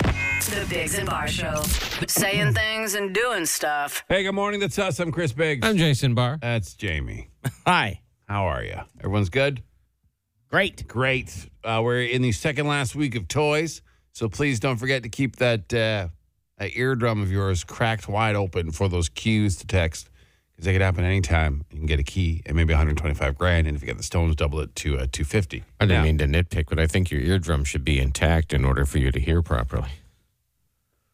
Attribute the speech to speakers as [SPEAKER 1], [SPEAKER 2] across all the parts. [SPEAKER 1] The Bigs and Bar Show. Saying things and doing stuff.
[SPEAKER 2] Hey, good morning. That's us. I'm Chris Biggs.
[SPEAKER 3] I'm Jason Barr.
[SPEAKER 2] That's Jamie.
[SPEAKER 3] Hi.
[SPEAKER 2] How are you? Everyone's good?
[SPEAKER 3] Great.
[SPEAKER 2] Great. Uh, we're in the second last week of toys, so please don't forget to keep that, uh, that eardrum of yours cracked wide open for those cues to text because they could happen anytime. You can get a key and maybe 125 grand, and if you get the stones, double it to uh, 250.
[SPEAKER 3] I didn't
[SPEAKER 2] Now-
[SPEAKER 3] mean to nitpick, but I think your eardrum should be intact in order for you to hear properly.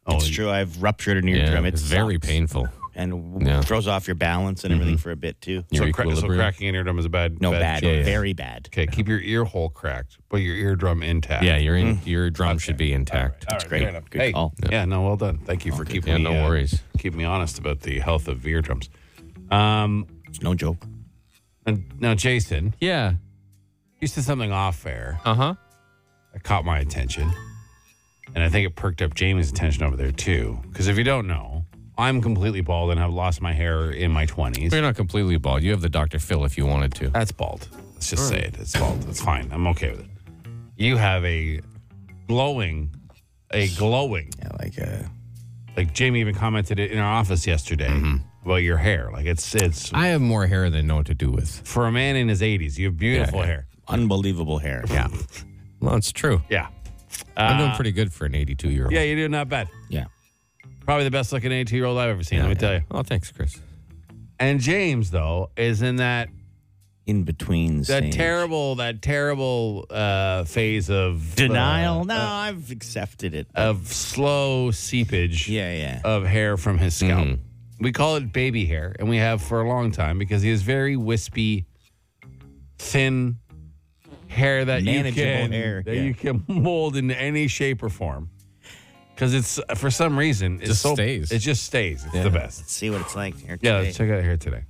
[SPEAKER 2] Oh,
[SPEAKER 4] It's true. I've ruptured an eardrum.
[SPEAKER 3] Yeah,
[SPEAKER 4] it
[SPEAKER 3] it's very
[SPEAKER 4] sucks.
[SPEAKER 3] painful.
[SPEAKER 4] and w-
[SPEAKER 3] Yeah.
[SPEAKER 4] throws off your balance and everything for a bit too.
[SPEAKER 3] Your
[SPEAKER 2] so, cra- so
[SPEAKER 3] equilibrium.
[SPEAKER 2] cracking an eardrum is a bad
[SPEAKER 4] No bad,
[SPEAKER 2] choice.
[SPEAKER 4] very bad.
[SPEAKER 2] Okay, keep your ear hole cracked, but your eardrum intact.
[SPEAKER 3] Yeah, your in, your eardrum should be intact.
[SPEAKER 2] That's
[SPEAKER 4] great. Good
[SPEAKER 2] hey,
[SPEAKER 4] call.
[SPEAKER 2] Yeah, no, well done. Thank you for keeping
[SPEAKER 3] Yeah,
[SPEAKER 2] me,
[SPEAKER 3] no
[SPEAKER 2] uh,
[SPEAKER 3] worries.
[SPEAKER 2] keeping me honest about the health of eardrums. Um,
[SPEAKER 4] It's no joke.
[SPEAKER 2] and now Jason,
[SPEAKER 3] Yeah.
[SPEAKER 2] you said something off air
[SPEAKER 3] Uh huh.
[SPEAKER 2] that caught my attention, and I think it perked up Jamie's attention over there too. Because if you don't know, I'm completely bald and have lost my hair in my twenties.
[SPEAKER 3] You're not completely bald. You have the Dr. Phil if you wanted to.
[SPEAKER 2] That's bald. Let's just say it. It's bald. It's fine. I'm okay with it. You have a glowing, a glowing
[SPEAKER 4] Yeah, like uh,
[SPEAKER 2] like Jamie even commented it in our office yesterday
[SPEAKER 4] Mm-hmm.
[SPEAKER 2] about your hair. Like it's it's
[SPEAKER 3] I have more hair than know what to do with.
[SPEAKER 2] for a man in his eighties, you have beautiful hair.
[SPEAKER 4] unbelievable hair. Yeah,
[SPEAKER 3] Well, it's true.
[SPEAKER 2] Yeah.
[SPEAKER 3] I'm doing pretty good for an 82 year old.
[SPEAKER 2] Yeah, you do not bad.
[SPEAKER 4] yeah.
[SPEAKER 2] Probably the best looking eighty year old I've ever seen, let me tell you.
[SPEAKER 3] Oh, thanks, Chris.
[SPEAKER 2] And James though is in that
[SPEAKER 4] In between
[SPEAKER 2] that
[SPEAKER 4] stage.
[SPEAKER 2] terrible that terrible uh phase of
[SPEAKER 4] denial. no, I've accepted it.
[SPEAKER 2] uh, of slow seepage
[SPEAKER 4] yeah, Mm-hmm. yeah.
[SPEAKER 2] of hair from his scalp. We call it baby hair, and we have for a long time because he has very wispy, thin hair that
[SPEAKER 4] Manageable
[SPEAKER 2] you can,
[SPEAKER 4] hair,
[SPEAKER 2] that
[SPEAKER 4] yeah.
[SPEAKER 2] you can mold into any shape or form. Because it's for some reason it
[SPEAKER 3] Just stays.
[SPEAKER 2] It just stays. It's the best.
[SPEAKER 4] Let's see what it's like here
[SPEAKER 2] Yeah,
[SPEAKER 4] today.
[SPEAKER 2] let's check out hair today.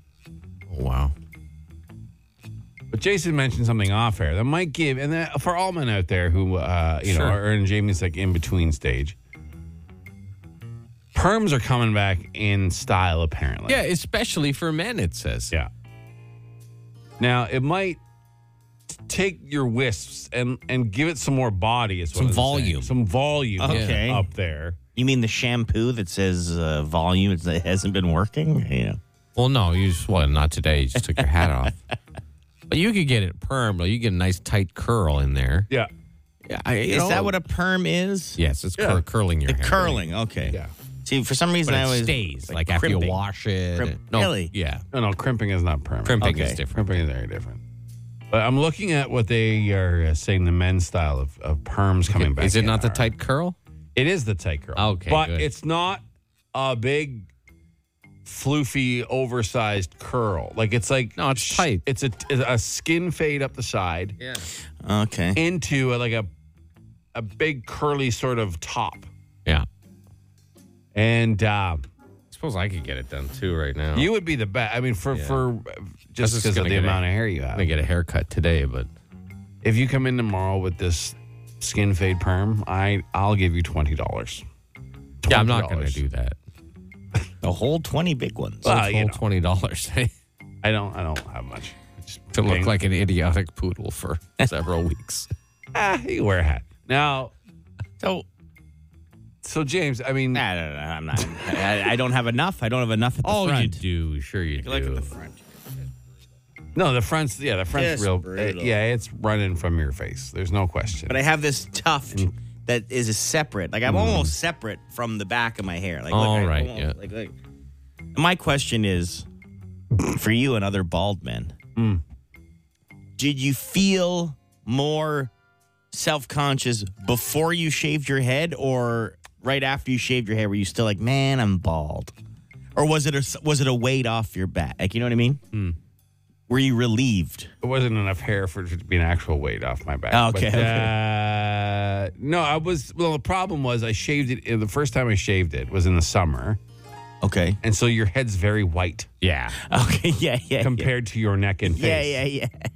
[SPEAKER 3] Wow.
[SPEAKER 2] But Jason mentioned something off air that might give, and that, for all men out there who uh, you know
[SPEAKER 3] Sure.
[SPEAKER 2] are in Jamie's like in between stage. Perms are coming back in style, apparently.
[SPEAKER 3] Yeah, especially for men, it says.
[SPEAKER 2] Yeah. Now it might t- take your wisps and and give it some more body. Is what
[SPEAKER 3] Some
[SPEAKER 2] I'm saying.
[SPEAKER 3] volume.
[SPEAKER 2] Some volume.
[SPEAKER 4] Okay.
[SPEAKER 2] Up there.
[SPEAKER 4] you mean the shampoo that says uh, volume it's- that hasn't been working? Yeah.
[SPEAKER 3] Well, no, you just, well, not today. You just took your hat off. But you could get it perm, like you get a nice tight curl in there.
[SPEAKER 2] Yeah.
[SPEAKER 3] Yeah, I,
[SPEAKER 4] Is that what a perm is?
[SPEAKER 3] Yes, it's
[SPEAKER 2] Yeah.
[SPEAKER 3] cur- curling your
[SPEAKER 4] The
[SPEAKER 3] hair.
[SPEAKER 4] curling. Okay.
[SPEAKER 2] Yeah.
[SPEAKER 4] See, for some reason
[SPEAKER 3] But
[SPEAKER 4] I
[SPEAKER 3] it
[SPEAKER 4] always
[SPEAKER 3] stays. Like, after you
[SPEAKER 4] crimping.
[SPEAKER 3] wash it.
[SPEAKER 4] Crimp-
[SPEAKER 3] no,
[SPEAKER 4] Really?
[SPEAKER 3] Yeah.
[SPEAKER 2] No, no. Crimping is not permanent.
[SPEAKER 3] Crimping
[SPEAKER 4] Okay.
[SPEAKER 3] is different.
[SPEAKER 2] Crimping is very different. But I'm looking at what they are uh, saying the men's style of, of perms coming back.
[SPEAKER 3] Is it
[SPEAKER 2] in
[SPEAKER 3] not the
[SPEAKER 2] are.
[SPEAKER 3] tight curl?
[SPEAKER 2] It is the tight curl.
[SPEAKER 3] Okay,
[SPEAKER 2] But
[SPEAKER 3] good.
[SPEAKER 2] it's not a big floofy oversized curl. Like it's like
[SPEAKER 3] No, it's
[SPEAKER 2] sh-
[SPEAKER 3] tight.
[SPEAKER 2] It's a a skin fade up the side.
[SPEAKER 3] Yeah.
[SPEAKER 4] Okay.
[SPEAKER 2] into a, like a a big curly sort of top.
[SPEAKER 3] Yeah.
[SPEAKER 2] And uh,
[SPEAKER 3] I suppose I could get it done too right now.
[SPEAKER 2] you would be the best. I mean, for for uh, just
[SPEAKER 3] just
[SPEAKER 2] because of
[SPEAKER 3] gonna
[SPEAKER 2] the
[SPEAKER 3] get a-
[SPEAKER 2] amount of hair you
[SPEAKER 3] I'm
[SPEAKER 2] have.
[SPEAKER 3] going to get a haircut today, but
[SPEAKER 2] If you come in tomorrow with this skin fade perm, I I'll give you twenty dollars.
[SPEAKER 3] yeah, I'm not going to
[SPEAKER 2] $20.
[SPEAKER 3] do that.
[SPEAKER 4] The whole twenty big ones.
[SPEAKER 2] Well,
[SPEAKER 3] It's
[SPEAKER 2] you
[SPEAKER 3] whole
[SPEAKER 2] know.
[SPEAKER 3] twenty dollars to
[SPEAKER 2] I don't I don't have much. Just
[SPEAKER 3] look
[SPEAKER 2] paying-
[SPEAKER 3] like an idiotic poodle for several weeks.
[SPEAKER 2] ah, you wear a hat now.
[SPEAKER 4] so
[SPEAKER 2] So James, I mean,
[SPEAKER 4] Nah, no, no, no, I'm not. I, I don't have enough. I don't have enough at the
[SPEAKER 3] Oh, you
[SPEAKER 4] front.
[SPEAKER 3] do. Sure, you do.
[SPEAKER 4] front.
[SPEAKER 2] no, the front's yeah, the front's
[SPEAKER 4] Just
[SPEAKER 2] real. uh,
[SPEAKER 4] brutal.
[SPEAKER 2] yeah, it's running from your face. There's no question.
[SPEAKER 4] But I have this tuft
[SPEAKER 3] Mm.
[SPEAKER 4] that is a separate. Like I'm almost separate from the back of my hair. Like,
[SPEAKER 3] All
[SPEAKER 4] look, I
[SPEAKER 3] right,
[SPEAKER 4] almost-
[SPEAKER 3] yeah.
[SPEAKER 4] Like, look. My question is, for you and other bald men,
[SPEAKER 3] Mm.
[SPEAKER 4] did you feel more self-conscious before you shaved your head, or right after you shaved your head? Were you still like, man, I'm bald? Or was it a was it a weight off your back? Like, you know what I mean?
[SPEAKER 3] Mm.
[SPEAKER 4] Were you relieved?
[SPEAKER 2] It wasn't enough hair for it to be an actual weight off my back.
[SPEAKER 4] Oh, okay,
[SPEAKER 2] But, uh, no, I was. Well, the problem was I shaved it. The first time I shaved it was in the summer,
[SPEAKER 4] Okay.
[SPEAKER 2] and so your head's very white
[SPEAKER 3] Yeah.
[SPEAKER 4] Okay. Yeah. Yeah.
[SPEAKER 2] compared to your neck and face.
[SPEAKER 4] Yeah. Yeah. Yeah. yeah.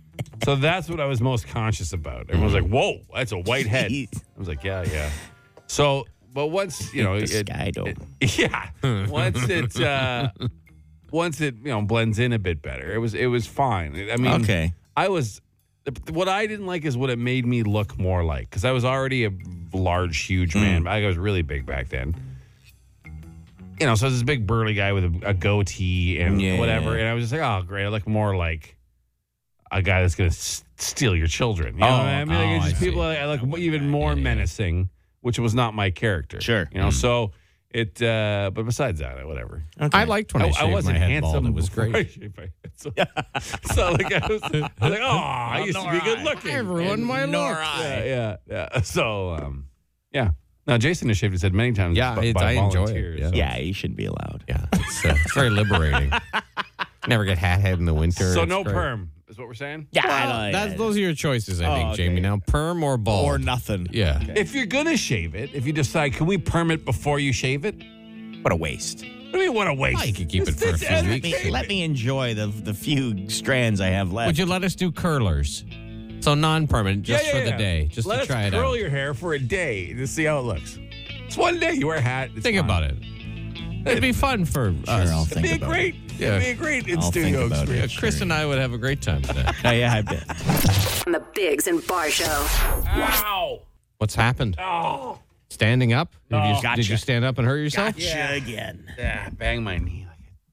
[SPEAKER 2] So that's what I was most conscious about. Everyone's like, "Whoa, that's a white head." I
[SPEAKER 4] Mm-hmm. Jeez.
[SPEAKER 2] was like, "Yeah, yeah." So, but once you know,
[SPEAKER 4] The
[SPEAKER 2] it,
[SPEAKER 4] sky dome.
[SPEAKER 2] yeah, once it. Uh, Once it you know blends in a bit better, it was it was fine. I mean,
[SPEAKER 4] Okay.
[SPEAKER 2] I was the, what I didn't like is what it made me look more like because I was already a large, huge man. I was really big back then. You know, so I was this big burly guy with a, a goatee and
[SPEAKER 4] Yeah.
[SPEAKER 2] whatever, and I was just like, oh great, I look more like a guy that's gonna s- steal your children. You know
[SPEAKER 3] Oh,
[SPEAKER 2] what I mean?
[SPEAKER 3] oh,
[SPEAKER 2] Like, it's
[SPEAKER 3] I
[SPEAKER 2] just
[SPEAKER 3] see.
[SPEAKER 2] people I look even more menacing, which was not my character.
[SPEAKER 4] Sure.
[SPEAKER 2] you know, so it. uh But besides that, whatever.
[SPEAKER 3] I liked when I, shaved my head bald. It was
[SPEAKER 2] before
[SPEAKER 3] great.
[SPEAKER 2] I shaved my head. So, so like I was, I was like, oh, I used to be good looking.
[SPEAKER 3] Everyone, my
[SPEAKER 4] nor
[SPEAKER 3] looks.
[SPEAKER 4] I.
[SPEAKER 2] Yeah, yeah, yeah. So, um, yeah. Now Jason has shaved his head many times.
[SPEAKER 3] Yeah,
[SPEAKER 2] by,
[SPEAKER 3] it's-
[SPEAKER 2] by
[SPEAKER 3] I enjoy it,
[SPEAKER 2] volunteers,
[SPEAKER 3] yeah.
[SPEAKER 2] so-
[SPEAKER 4] Yeah, you shouldn't be allowed.
[SPEAKER 3] Yeah, it's, uh, it's very liberating. Never get hat head in the winter.
[SPEAKER 2] So,
[SPEAKER 3] It's
[SPEAKER 2] no
[SPEAKER 3] great.
[SPEAKER 2] perm is what we're saying.
[SPEAKER 4] Yeah, I
[SPEAKER 3] Well,
[SPEAKER 4] don't-
[SPEAKER 3] that's, those are your choices, I
[SPEAKER 4] Oh,
[SPEAKER 3] think,
[SPEAKER 4] okay.
[SPEAKER 3] Jamie. Now, perm or bald?
[SPEAKER 4] or nothing.
[SPEAKER 3] Yeah.
[SPEAKER 2] If you're gonna shave it, if you decide, can we perm it before you shave it?
[SPEAKER 4] What a waste.
[SPEAKER 2] What do you mean, what a waste?
[SPEAKER 3] Oh, you could keep it
[SPEAKER 2] It's-
[SPEAKER 3] for a
[SPEAKER 2] it's
[SPEAKER 3] few
[SPEAKER 2] entertaining.
[SPEAKER 4] Let me, let me enjoy the the few strands I have left.
[SPEAKER 3] Would you let us do curlers? So non-permanent,
[SPEAKER 2] Yeah,
[SPEAKER 3] just
[SPEAKER 2] yeah,
[SPEAKER 3] for the
[SPEAKER 2] yeah.
[SPEAKER 3] day, just
[SPEAKER 2] Let
[SPEAKER 3] to try
[SPEAKER 2] us
[SPEAKER 3] it
[SPEAKER 2] curl
[SPEAKER 3] out.
[SPEAKER 2] your hair for a day to see how it looks. It's one day. You wear a hat. It's
[SPEAKER 3] Think
[SPEAKER 2] fine.
[SPEAKER 3] about it. It'd be fun for us.
[SPEAKER 4] I'll
[SPEAKER 2] It'd be a
[SPEAKER 4] Think about
[SPEAKER 2] great.
[SPEAKER 3] Yeah.
[SPEAKER 2] It'd be a great in
[SPEAKER 4] I'll think
[SPEAKER 2] studio
[SPEAKER 4] about it.
[SPEAKER 2] experience.
[SPEAKER 3] Yeah, Chris and I would have a great time today.
[SPEAKER 4] Oh, yeah, I bet.
[SPEAKER 1] On the Bigs and Bar Show.
[SPEAKER 2] Ow!
[SPEAKER 3] What's happened?
[SPEAKER 2] Oh!
[SPEAKER 3] Standing up? Have you-
[SPEAKER 4] Oh, Gotcha.
[SPEAKER 3] Did you stand up and hurt yourself?
[SPEAKER 4] Gotcha again.
[SPEAKER 2] Yeah, bang my knee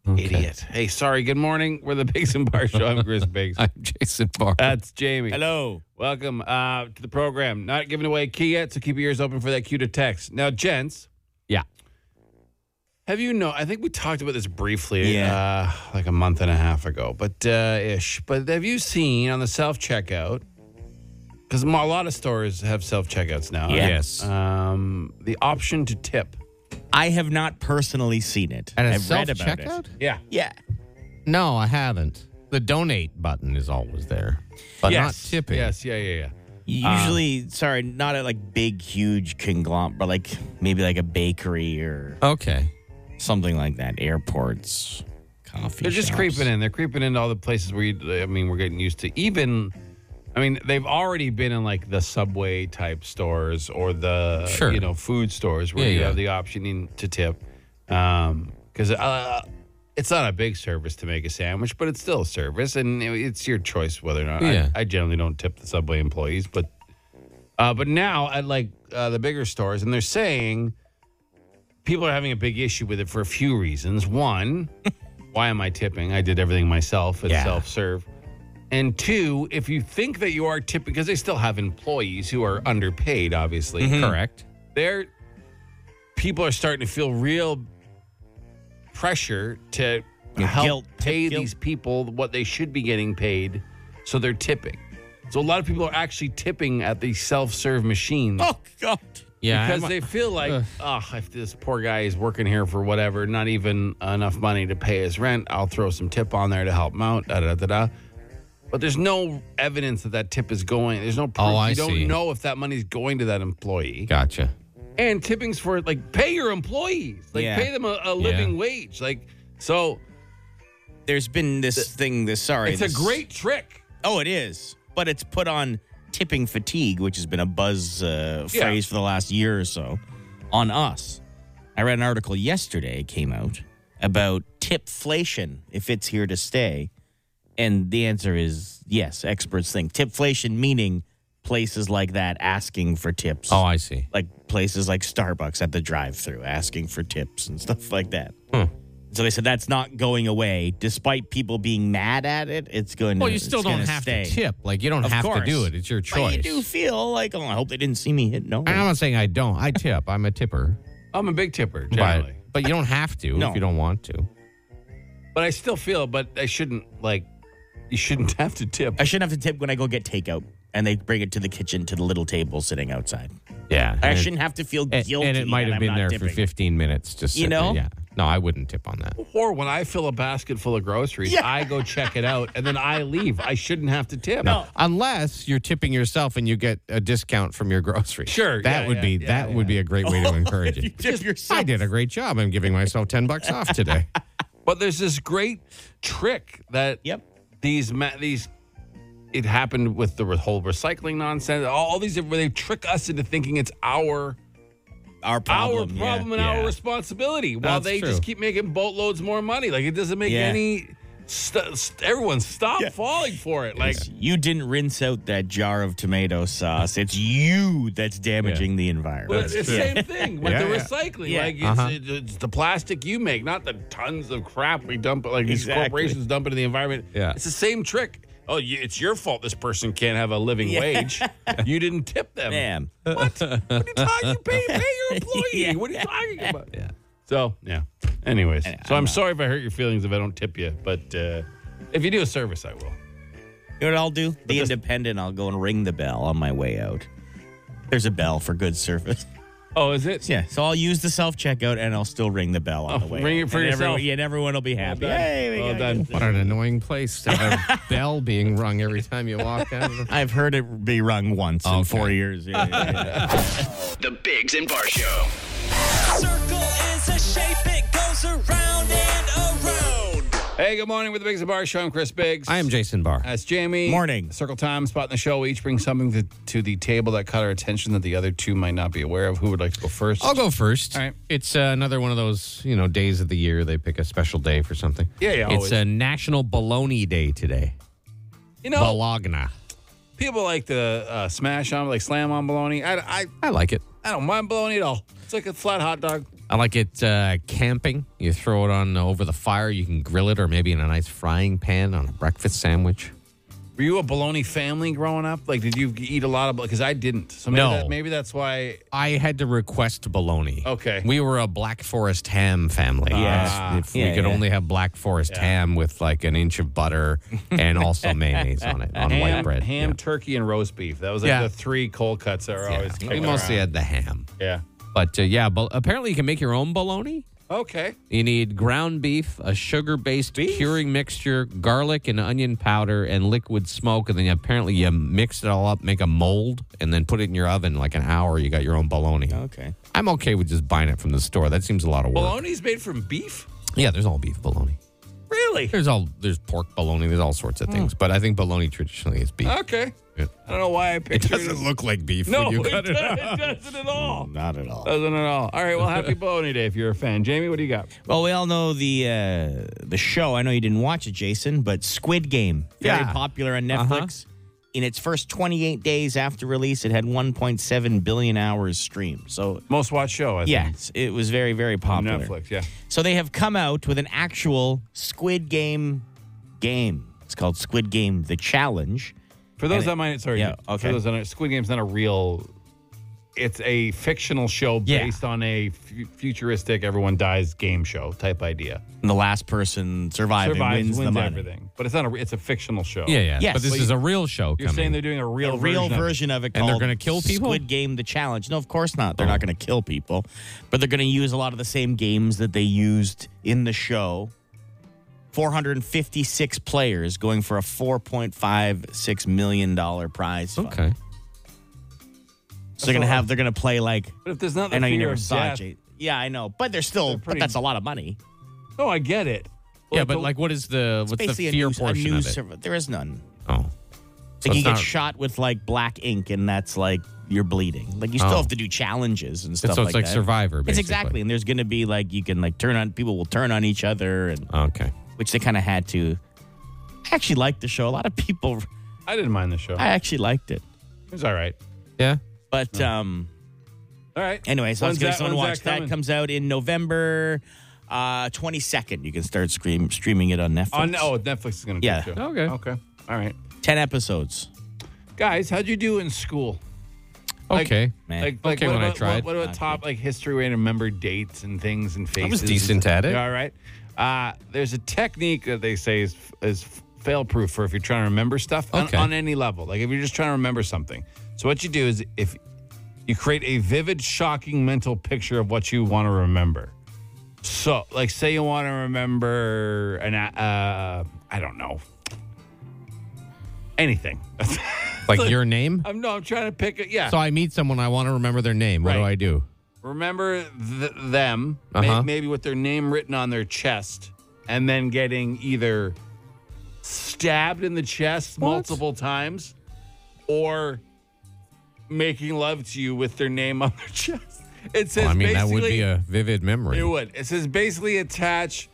[SPEAKER 2] like an idiot. Hey, sorry. Good morning. We're the Biggs and Bar Show. I'm Chris Biggs.
[SPEAKER 3] I'm Jason Barr.
[SPEAKER 4] Uh,
[SPEAKER 2] That's Jamie.
[SPEAKER 4] Hello.
[SPEAKER 2] Welcome uh, to the program. Not giving away a key yet, so keep your ears open for that cue to text. Now, gents,
[SPEAKER 3] yeah.
[SPEAKER 2] have you know? I think we talked about this briefly,
[SPEAKER 4] Yeah.
[SPEAKER 2] uh, like a month and a half ago, but uh, ish. But have you seen on the self checkout? Because a lot of stores have self checkouts now.
[SPEAKER 4] Yeah. Uh,
[SPEAKER 3] Yes.
[SPEAKER 2] Um, the option to tip.
[SPEAKER 4] I have not personally seen it.
[SPEAKER 3] and a
[SPEAKER 4] I've read about it.
[SPEAKER 3] self-checkout?
[SPEAKER 2] Yeah.
[SPEAKER 4] Yeah.
[SPEAKER 3] No, I haven't. The donate button is always there, but
[SPEAKER 2] yes.
[SPEAKER 3] not tipping.
[SPEAKER 2] Yes. Yeah. Yeah. Yeah.
[SPEAKER 4] Usually, sorry, not at like big, huge conglomerate, but like maybe like a bakery or
[SPEAKER 3] Okay.
[SPEAKER 4] something like that. Airports, coffee.
[SPEAKER 2] They're just
[SPEAKER 4] shops.
[SPEAKER 2] creeping in. They're creeping into all the places where you, I mean, we're getting used to. Even, I mean, they've already been in like the subway type stores or the
[SPEAKER 3] Sure.
[SPEAKER 2] you know food stores where
[SPEAKER 3] Yeah,
[SPEAKER 2] you
[SPEAKER 3] yeah.
[SPEAKER 2] have the option in, to tip. Because uh, it's not a big service to make a sandwich, but it's still a service, and it- it's your choice whether or not. I-
[SPEAKER 3] Yeah.
[SPEAKER 2] I, generally don't tip the subway employees, but uh, but now at like uh, the bigger stores, and they're saying people are having a big issue with it for a few reasons. One, why am I tipping? I did everything myself. It's
[SPEAKER 3] Yeah.
[SPEAKER 2] self serve. And two, if you think that you are tipping, because they still have employees who are underpaid, obviously.
[SPEAKER 3] Hmm.
[SPEAKER 4] Mm-hmm.
[SPEAKER 3] Correct.
[SPEAKER 2] They're people are starting to feel real pressure to
[SPEAKER 4] Yeah,
[SPEAKER 2] help
[SPEAKER 4] guilt, tip
[SPEAKER 2] pay
[SPEAKER 4] guilt.
[SPEAKER 2] these people what they should be getting paid, so they're tipping. So a lot of people are actually tipping at the self-serve machines
[SPEAKER 4] Oh, God.
[SPEAKER 3] Yeah.
[SPEAKER 2] because
[SPEAKER 3] I'm-
[SPEAKER 2] they feel like, oh, if this poor guy is working here for whatever, not even enough money to pay his rent, I'll throw some tip on there to help him out. Da, da, da, da. But there's no evidence that that tip is going. There's no proof.
[SPEAKER 3] Oh, I
[SPEAKER 2] you don't
[SPEAKER 3] see.
[SPEAKER 2] know if that money's going to that employee.
[SPEAKER 3] gotcha.
[SPEAKER 2] And tipping's for like pay your employees, like
[SPEAKER 4] Yeah.
[SPEAKER 2] pay them a, a living
[SPEAKER 3] Yeah.
[SPEAKER 2] wage. Like so,
[SPEAKER 4] There's been this thing, this, sorry.
[SPEAKER 2] it's a
[SPEAKER 4] this-
[SPEAKER 2] great trick.
[SPEAKER 4] Oh, it is. But it's put on tipping fatigue, which has been a buzz uh,
[SPEAKER 2] Yeah.
[SPEAKER 4] phrase for the last year or so, on us. I read an article yesterday, it came out, about tipflation, if it's here to stay. And the answer is yes, experts think. Tipflation meaning places like that asking for tips.
[SPEAKER 3] Oh, I see.
[SPEAKER 4] Like places like Starbucks at the drive through asking for tips and stuff like that.
[SPEAKER 3] Hmm.
[SPEAKER 4] So they said that's not going away, despite people being mad at it. It's going.
[SPEAKER 3] Well,
[SPEAKER 4] to,
[SPEAKER 3] you still
[SPEAKER 4] it's
[SPEAKER 3] don't
[SPEAKER 4] gonna
[SPEAKER 3] have
[SPEAKER 4] stay.
[SPEAKER 3] to tip. Like you don't
[SPEAKER 4] Of
[SPEAKER 3] have to
[SPEAKER 4] course.
[SPEAKER 3] do it. It's your
[SPEAKER 4] But
[SPEAKER 3] choice.
[SPEAKER 4] you do feel like, oh, I hope they didn't see me hit no.
[SPEAKER 3] And I'm not saying I don't. I tip. I'm a tipper.
[SPEAKER 2] I'm a big tipper
[SPEAKER 3] But,
[SPEAKER 2] generally,
[SPEAKER 3] but you don't have to
[SPEAKER 4] No.
[SPEAKER 3] if you don't want to.
[SPEAKER 2] but I still feel. But I shouldn't like. You shouldn't have to tip.
[SPEAKER 4] I shouldn't have to tip when I go get takeout, and they bring it to the kitchen to the little table sitting outside.
[SPEAKER 3] Yeah.
[SPEAKER 4] I shouldn't have to feel
[SPEAKER 3] And,
[SPEAKER 4] guilty.
[SPEAKER 3] and it might have
[SPEAKER 4] that I'm
[SPEAKER 3] been
[SPEAKER 4] not
[SPEAKER 3] there for
[SPEAKER 4] tipping.
[SPEAKER 3] 15 minutes. Just
[SPEAKER 4] You
[SPEAKER 3] sitting there.
[SPEAKER 4] know?
[SPEAKER 3] Yeah. No, I wouldn't tip on that.
[SPEAKER 2] Or when I fill a basket full of groceries,
[SPEAKER 4] Yeah.
[SPEAKER 2] I go check it out and then I leave. I shouldn't have to tip.
[SPEAKER 4] No.
[SPEAKER 3] Unless you're tipping yourself and you get a discount from your groceries.
[SPEAKER 2] Sure,
[SPEAKER 3] That
[SPEAKER 2] yeah,
[SPEAKER 3] would
[SPEAKER 2] yeah,
[SPEAKER 3] be
[SPEAKER 2] yeah,
[SPEAKER 3] that would be a great
[SPEAKER 4] Oh,
[SPEAKER 3] way to encourage
[SPEAKER 4] You
[SPEAKER 3] it.
[SPEAKER 4] tip yourself.
[SPEAKER 3] I did a great job. I'm giving myself 10 bucks off today.
[SPEAKER 2] But there's this great trick that
[SPEAKER 4] Yep.
[SPEAKER 2] these ma- these it happened with the whole recycling nonsense. All, all these where they trick us into thinking it's our
[SPEAKER 4] Our problem.
[SPEAKER 2] our
[SPEAKER 4] yeah,
[SPEAKER 2] problem and
[SPEAKER 4] yeah.
[SPEAKER 2] our responsibility while
[SPEAKER 3] That's
[SPEAKER 2] they
[SPEAKER 3] true.
[SPEAKER 2] just keep making boatloads more money. Like it doesn't make
[SPEAKER 4] Yeah.
[SPEAKER 2] any St- st- everyone, stop falling for it. Like,
[SPEAKER 4] You didn't rinse out that jar of tomato sauce. It's you that's damaging the
[SPEAKER 2] Well,
[SPEAKER 4] environment.
[SPEAKER 2] it's the same thing with
[SPEAKER 3] Yeah,
[SPEAKER 2] the
[SPEAKER 3] yeah.
[SPEAKER 2] recycling.
[SPEAKER 4] Yeah.
[SPEAKER 2] Like it's,
[SPEAKER 3] Uh-huh.
[SPEAKER 2] it- it's the plastic you make, not the tons of crap we dump. Like these
[SPEAKER 4] Exactly.
[SPEAKER 2] corporations dump into the environment.
[SPEAKER 3] Yeah.
[SPEAKER 2] it's the same trick. Oh, you, it's your fault. This person can't have a living wage. You didn't tip them.
[SPEAKER 4] Man,
[SPEAKER 2] What? What are you talking? You pay, pay your employee.
[SPEAKER 4] Yeah.
[SPEAKER 2] What are you talking about? Yeah. So yeah. Anyways, so I'm sorry if I hurt your feelings if I don't tip you, but uh, if you do a service, I will.
[SPEAKER 4] you know what I'll do? The independent, I'll go and ring the bell on my way out. There's a bell for good service.
[SPEAKER 2] Oh, is it?
[SPEAKER 4] Yeah, so I'll use the self checkout and I'll still ring the bell on
[SPEAKER 2] Oh,
[SPEAKER 4] the way.
[SPEAKER 2] ring
[SPEAKER 4] out.
[SPEAKER 2] it for
[SPEAKER 4] and
[SPEAKER 2] yourself.
[SPEAKER 4] Everyone, yeah, and everyone will be happy.
[SPEAKER 2] Well done.
[SPEAKER 4] Hey, we
[SPEAKER 2] Well
[SPEAKER 4] got
[SPEAKER 2] done.
[SPEAKER 4] good
[SPEAKER 3] What an annoying place to have a bell being rung every time you walk out of the
[SPEAKER 4] I've heard it be rung once in four years. Yeah, yeah, yeah.
[SPEAKER 5] The Bigs and Bar Show.
[SPEAKER 6] Circle is a shape, it goes around and around.
[SPEAKER 2] Hey, good morning with the Biggs and Bar Show. I'm Chris Biggs.
[SPEAKER 3] I am Jason Barr.
[SPEAKER 2] That's Jamie.
[SPEAKER 4] Morning.
[SPEAKER 2] Circle time, spot in the show. We each bring something to, to the table that caught our attention that the other two might not be aware of. Who would like to go first?
[SPEAKER 3] I'll go first.
[SPEAKER 2] All right.
[SPEAKER 3] It's uh, another one of those, you know, days of the year they pick a special day for something.
[SPEAKER 2] Yeah, yeah,
[SPEAKER 3] It's
[SPEAKER 2] always.
[SPEAKER 3] a National Bologna Day today.
[SPEAKER 2] You know,
[SPEAKER 3] Bologna.
[SPEAKER 2] people like to uh, smash on, like slam on bologna. I, I,
[SPEAKER 3] I like it.
[SPEAKER 2] I don't mind bologna at all. It's like a flat hot dog.
[SPEAKER 3] I like it uh, camping. You throw it on over the fire. You can grill it, or maybe in a nice frying pan on a breakfast sandwich.
[SPEAKER 2] Were you a bologna family growing up? Like, did you eat a lot of Because I didn't. So maybe,
[SPEAKER 3] No.
[SPEAKER 2] that, maybe that's why.
[SPEAKER 3] I had to request bologna.
[SPEAKER 2] Okay.
[SPEAKER 3] We were a Black Forest ham family.
[SPEAKER 4] Yes.
[SPEAKER 3] Ah, if
[SPEAKER 4] Yeah,
[SPEAKER 3] we could
[SPEAKER 4] yeah.
[SPEAKER 3] only have Black Forest ham with like an inch of butter and also mayonnaise on it on white
[SPEAKER 2] Ham,
[SPEAKER 3] bread.
[SPEAKER 2] ham
[SPEAKER 3] Yeah.
[SPEAKER 2] turkey, and roast beef. That was like
[SPEAKER 3] Yeah.
[SPEAKER 2] the three cold cuts that were always
[SPEAKER 3] Yeah, We
[SPEAKER 2] kicking
[SPEAKER 3] mostly
[SPEAKER 2] around.
[SPEAKER 3] had the ham.
[SPEAKER 2] Yeah.
[SPEAKER 3] But uh, yeah, bol- apparently you can make your own bologna.
[SPEAKER 2] Okay.
[SPEAKER 3] You need ground beef, a sugar based curing mixture, garlic and onion powder, and liquid smoke. And then apparently you mix it all up, make a mold, and then put it in your oven like an hour. You got your own bologna.
[SPEAKER 4] Okay.
[SPEAKER 3] I'm okay with just buying it from the store. That seems a lot of work.
[SPEAKER 2] Bologna's made from beef?
[SPEAKER 3] Yeah, there's all beef bologna.
[SPEAKER 2] Really?
[SPEAKER 3] There's all there's pork bologna. There's all sorts of
[SPEAKER 4] Hmm.
[SPEAKER 3] things. But I think bologna traditionally is beef.
[SPEAKER 2] Okay.
[SPEAKER 3] Yeah.
[SPEAKER 2] I don't know why I
[SPEAKER 3] It
[SPEAKER 2] pictured
[SPEAKER 3] doesn't look like beef
[SPEAKER 2] No,
[SPEAKER 3] when you
[SPEAKER 2] it,
[SPEAKER 3] cut it.
[SPEAKER 2] does, it doesn't at all.
[SPEAKER 4] Not at all.
[SPEAKER 2] Doesn't at all. All right. Well, happy Bologna Day if you're a fan. Jamie, what do you got?
[SPEAKER 4] Well, we all know the uh, the show. I know you didn't watch it, Jason, but Squid Game, very
[SPEAKER 3] Yeah.
[SPEAKER 4] popular on Netflix. In its first 28 days after release, it had 1.7 billion hours streamed. So,
[SPEAKER 2] Most watched show. I
[SPEAKER 4] yes, it was very, very
[SPEAKER 2] On
[SPEAKER 4] popular.
[SPEAKER 2] Netflix. Yeah.
[SPEAKER 4] So they have come out with an actual Squid Game game. It's called Squid Game: The Challenge.
[SPEAKER 2] For those
[SPEAKER 4] And it-
[SPEAKER 2] that might, sorry.
[SPEAKER 4] yeah, okay.
[SPEAKER 2] For those that might, Squid Game's not a real. It's a fictional show
[SPEAKER 4] Yeah.
[SPEAKER 2] based on a fu- futuristic everyone dies game show type idea.
[SPEAKER 4] And the last person surviving
[SPEAKER 2] Survives,
[SPEAKER 4] wins,
[SPEAKER 2] wins,
[SPEAKER 4] the money.
[SPEAKER 2] everything, but it's not a. re- It's a fictional show.
[SPEAKER 3] Yeah, yeah.
[SPEAKER 4] Yes.
[SPEAKER 3] But this
[SPEAKER 4] But
[SPEAKER 3] is a real show.
[SPEAKER 2] You're
[SPEAKER 3] coming.
[SPEAKER 2] saying they're doing a real,
[SPEAKER 4] a real
[SPEAKER 2] version, of it.
[SPEAKER 4] version of it.
[SPEAKER 3] And they're
[SPEAKER 4] called
[SPEAKER 3] gonna kill people?
[SPEAKER 4] Squid Game: The Challenge. No, of course not. They're not going to kill people, but they're going to use a lot of the same games that they used in the show. 456 players going for a 4.56 million dollar prize. Fund.
[SPEAKER 3] okay.
[SPEAKER 4] so they're going to have they're going to play like
[SPEAKER 2] But if there's not the
[SPEAKER 4] I know you
[SPEAKER 2] fear
[SPEAKER 4] never
[SPEAKER 2] of
[SPEAKER 4] saw
[SPEAKER 2] death,
[SPEAKER 4] it. Jay. Yeah, I know, but they're still
[SPEAKER 2] pretty-
[SPEAKER 4] but that's a lot of money.
[SPEAKER 2] no, I get it.
[SPEAKER 3] Yeah,
[SPEAKER 2] the-
[SPEAKER 3] but like, what is the what's the
[SPEAKER 4] Basically, a
[SPEAKER 3] fear
[SPEAKER 4] news- a
[SPEAKER 3] portion
[SPEAKER 4] news
[SPEAKER 3] of it?
[SPEAKER 4] server- There is none.
[SPEAKER 3] oh, So
[SPEAKER 4] like you
[SPEAKER 3] it's
[SPEAKER 4] get
[SPEAKER 3] not-
[SPEAKER 4] shot with like black ink, and that's like you're bleeding. Like you still
[SPEAKER 3] Oh.
[SPEAKER 4] have to do challenges and
[SPEAKER 3] so
[SPEAKER 4] stuff.
[SPEAKER 3] it's like,
[SPEAKER 4] that.
[SPEAKER 3] Survivor.
[SPEAKER 4] It's
[SPEAKER 3] Basically.
[SPEAKER 4] exactly, and there's going to be like you can like turn on people will turn on each other, and
[SPEAKER 3] Okay.
[SPEAKER 4] which they kind of had to. I actually liked the show. A lot of people,
[SPEAKER 2] I didn't mind the show.
[SPEAKER 4] I actually liked it.
[SPEAKER 2] It was all right.
[SPEAKER 3] Yeah.
[SPEAKER 4] But
[SPEAKER 3] Oh.
[SPEAKER 4] um,
[SPEAKER 2] All right.
[SPEAKER 4] anyway, so
[SPEAKER 2] When's
[SPEAKER 4] I was
[SPEAKER 2] that-
[SPEAKER 4] going to
[SPEAKER 2] when's
[SPEAKER 4] watch that.
[SPEAKER 2] coming?
[SPEAKER 4] Comes out in November twenty second. uh, 22nd. You can start scream, streaming it on Netflix.
[SPEAKER 2] On oh, Netflix is going to
[SPEAKER 4] Yeah.
[SPEAKER 2] do it, too.
[SPEAKER 3] Okay.
[SPEAKER 2] Okay. All right.
[SPEAKER 4] ten episodes.
[SPEAKER 2] Guys, how'd you do in school? Like-
[SPEAKER 3] Okay.
[SPEAKER 4] Man.
[SPEAKER 2] Like, like
[SPEAKER 3] Okay,
[SPEAKER 2] what
[SPEAKER 3] when I
[SPEAKER 2] about,
[SPEAKER 3] tried.
[SPEAKER 2] What, what about top like history where I remember dates and things and faces?
[SPEAKER 3] was decent at it.
[SPEAKER 2] You all right. Uh, there's a technique that they say is is fail proof for if you're trying to remember stuff on-
[SPEAKER 3] Okay.
[SPEAKER 2] on, any level. Like if you're just trying to remember something. So what you do is if you create a vivid, shocking mental picture of what you want to remember. So, like, say you want to remember an uh, I don't know anything.
[SPEAKER 3] Like your name.
[SPEAKER 2] I'm no, I'm trying to pick it. Yeah.
[SPEAKER 3] So I meet someone. I want to remember their name. What do
[SPEAKER 2] Right.
[SPEAKER 3] I do?
[SPEAKER 2] remember th- them, may-
[SPEAKER 3] Uh-huh.
[SPEAKER 2] maybe with their name written on their chest, and then getting either stabbed in the chest multiple times or making love to you with their name on their chest. It says
[SPEAKER 3] Well, I mean, that
[SPEAKER 2] basically,
[SPEAKER 3] would be a vivid memory.
[SPEAKER 2] it would. It says basically attach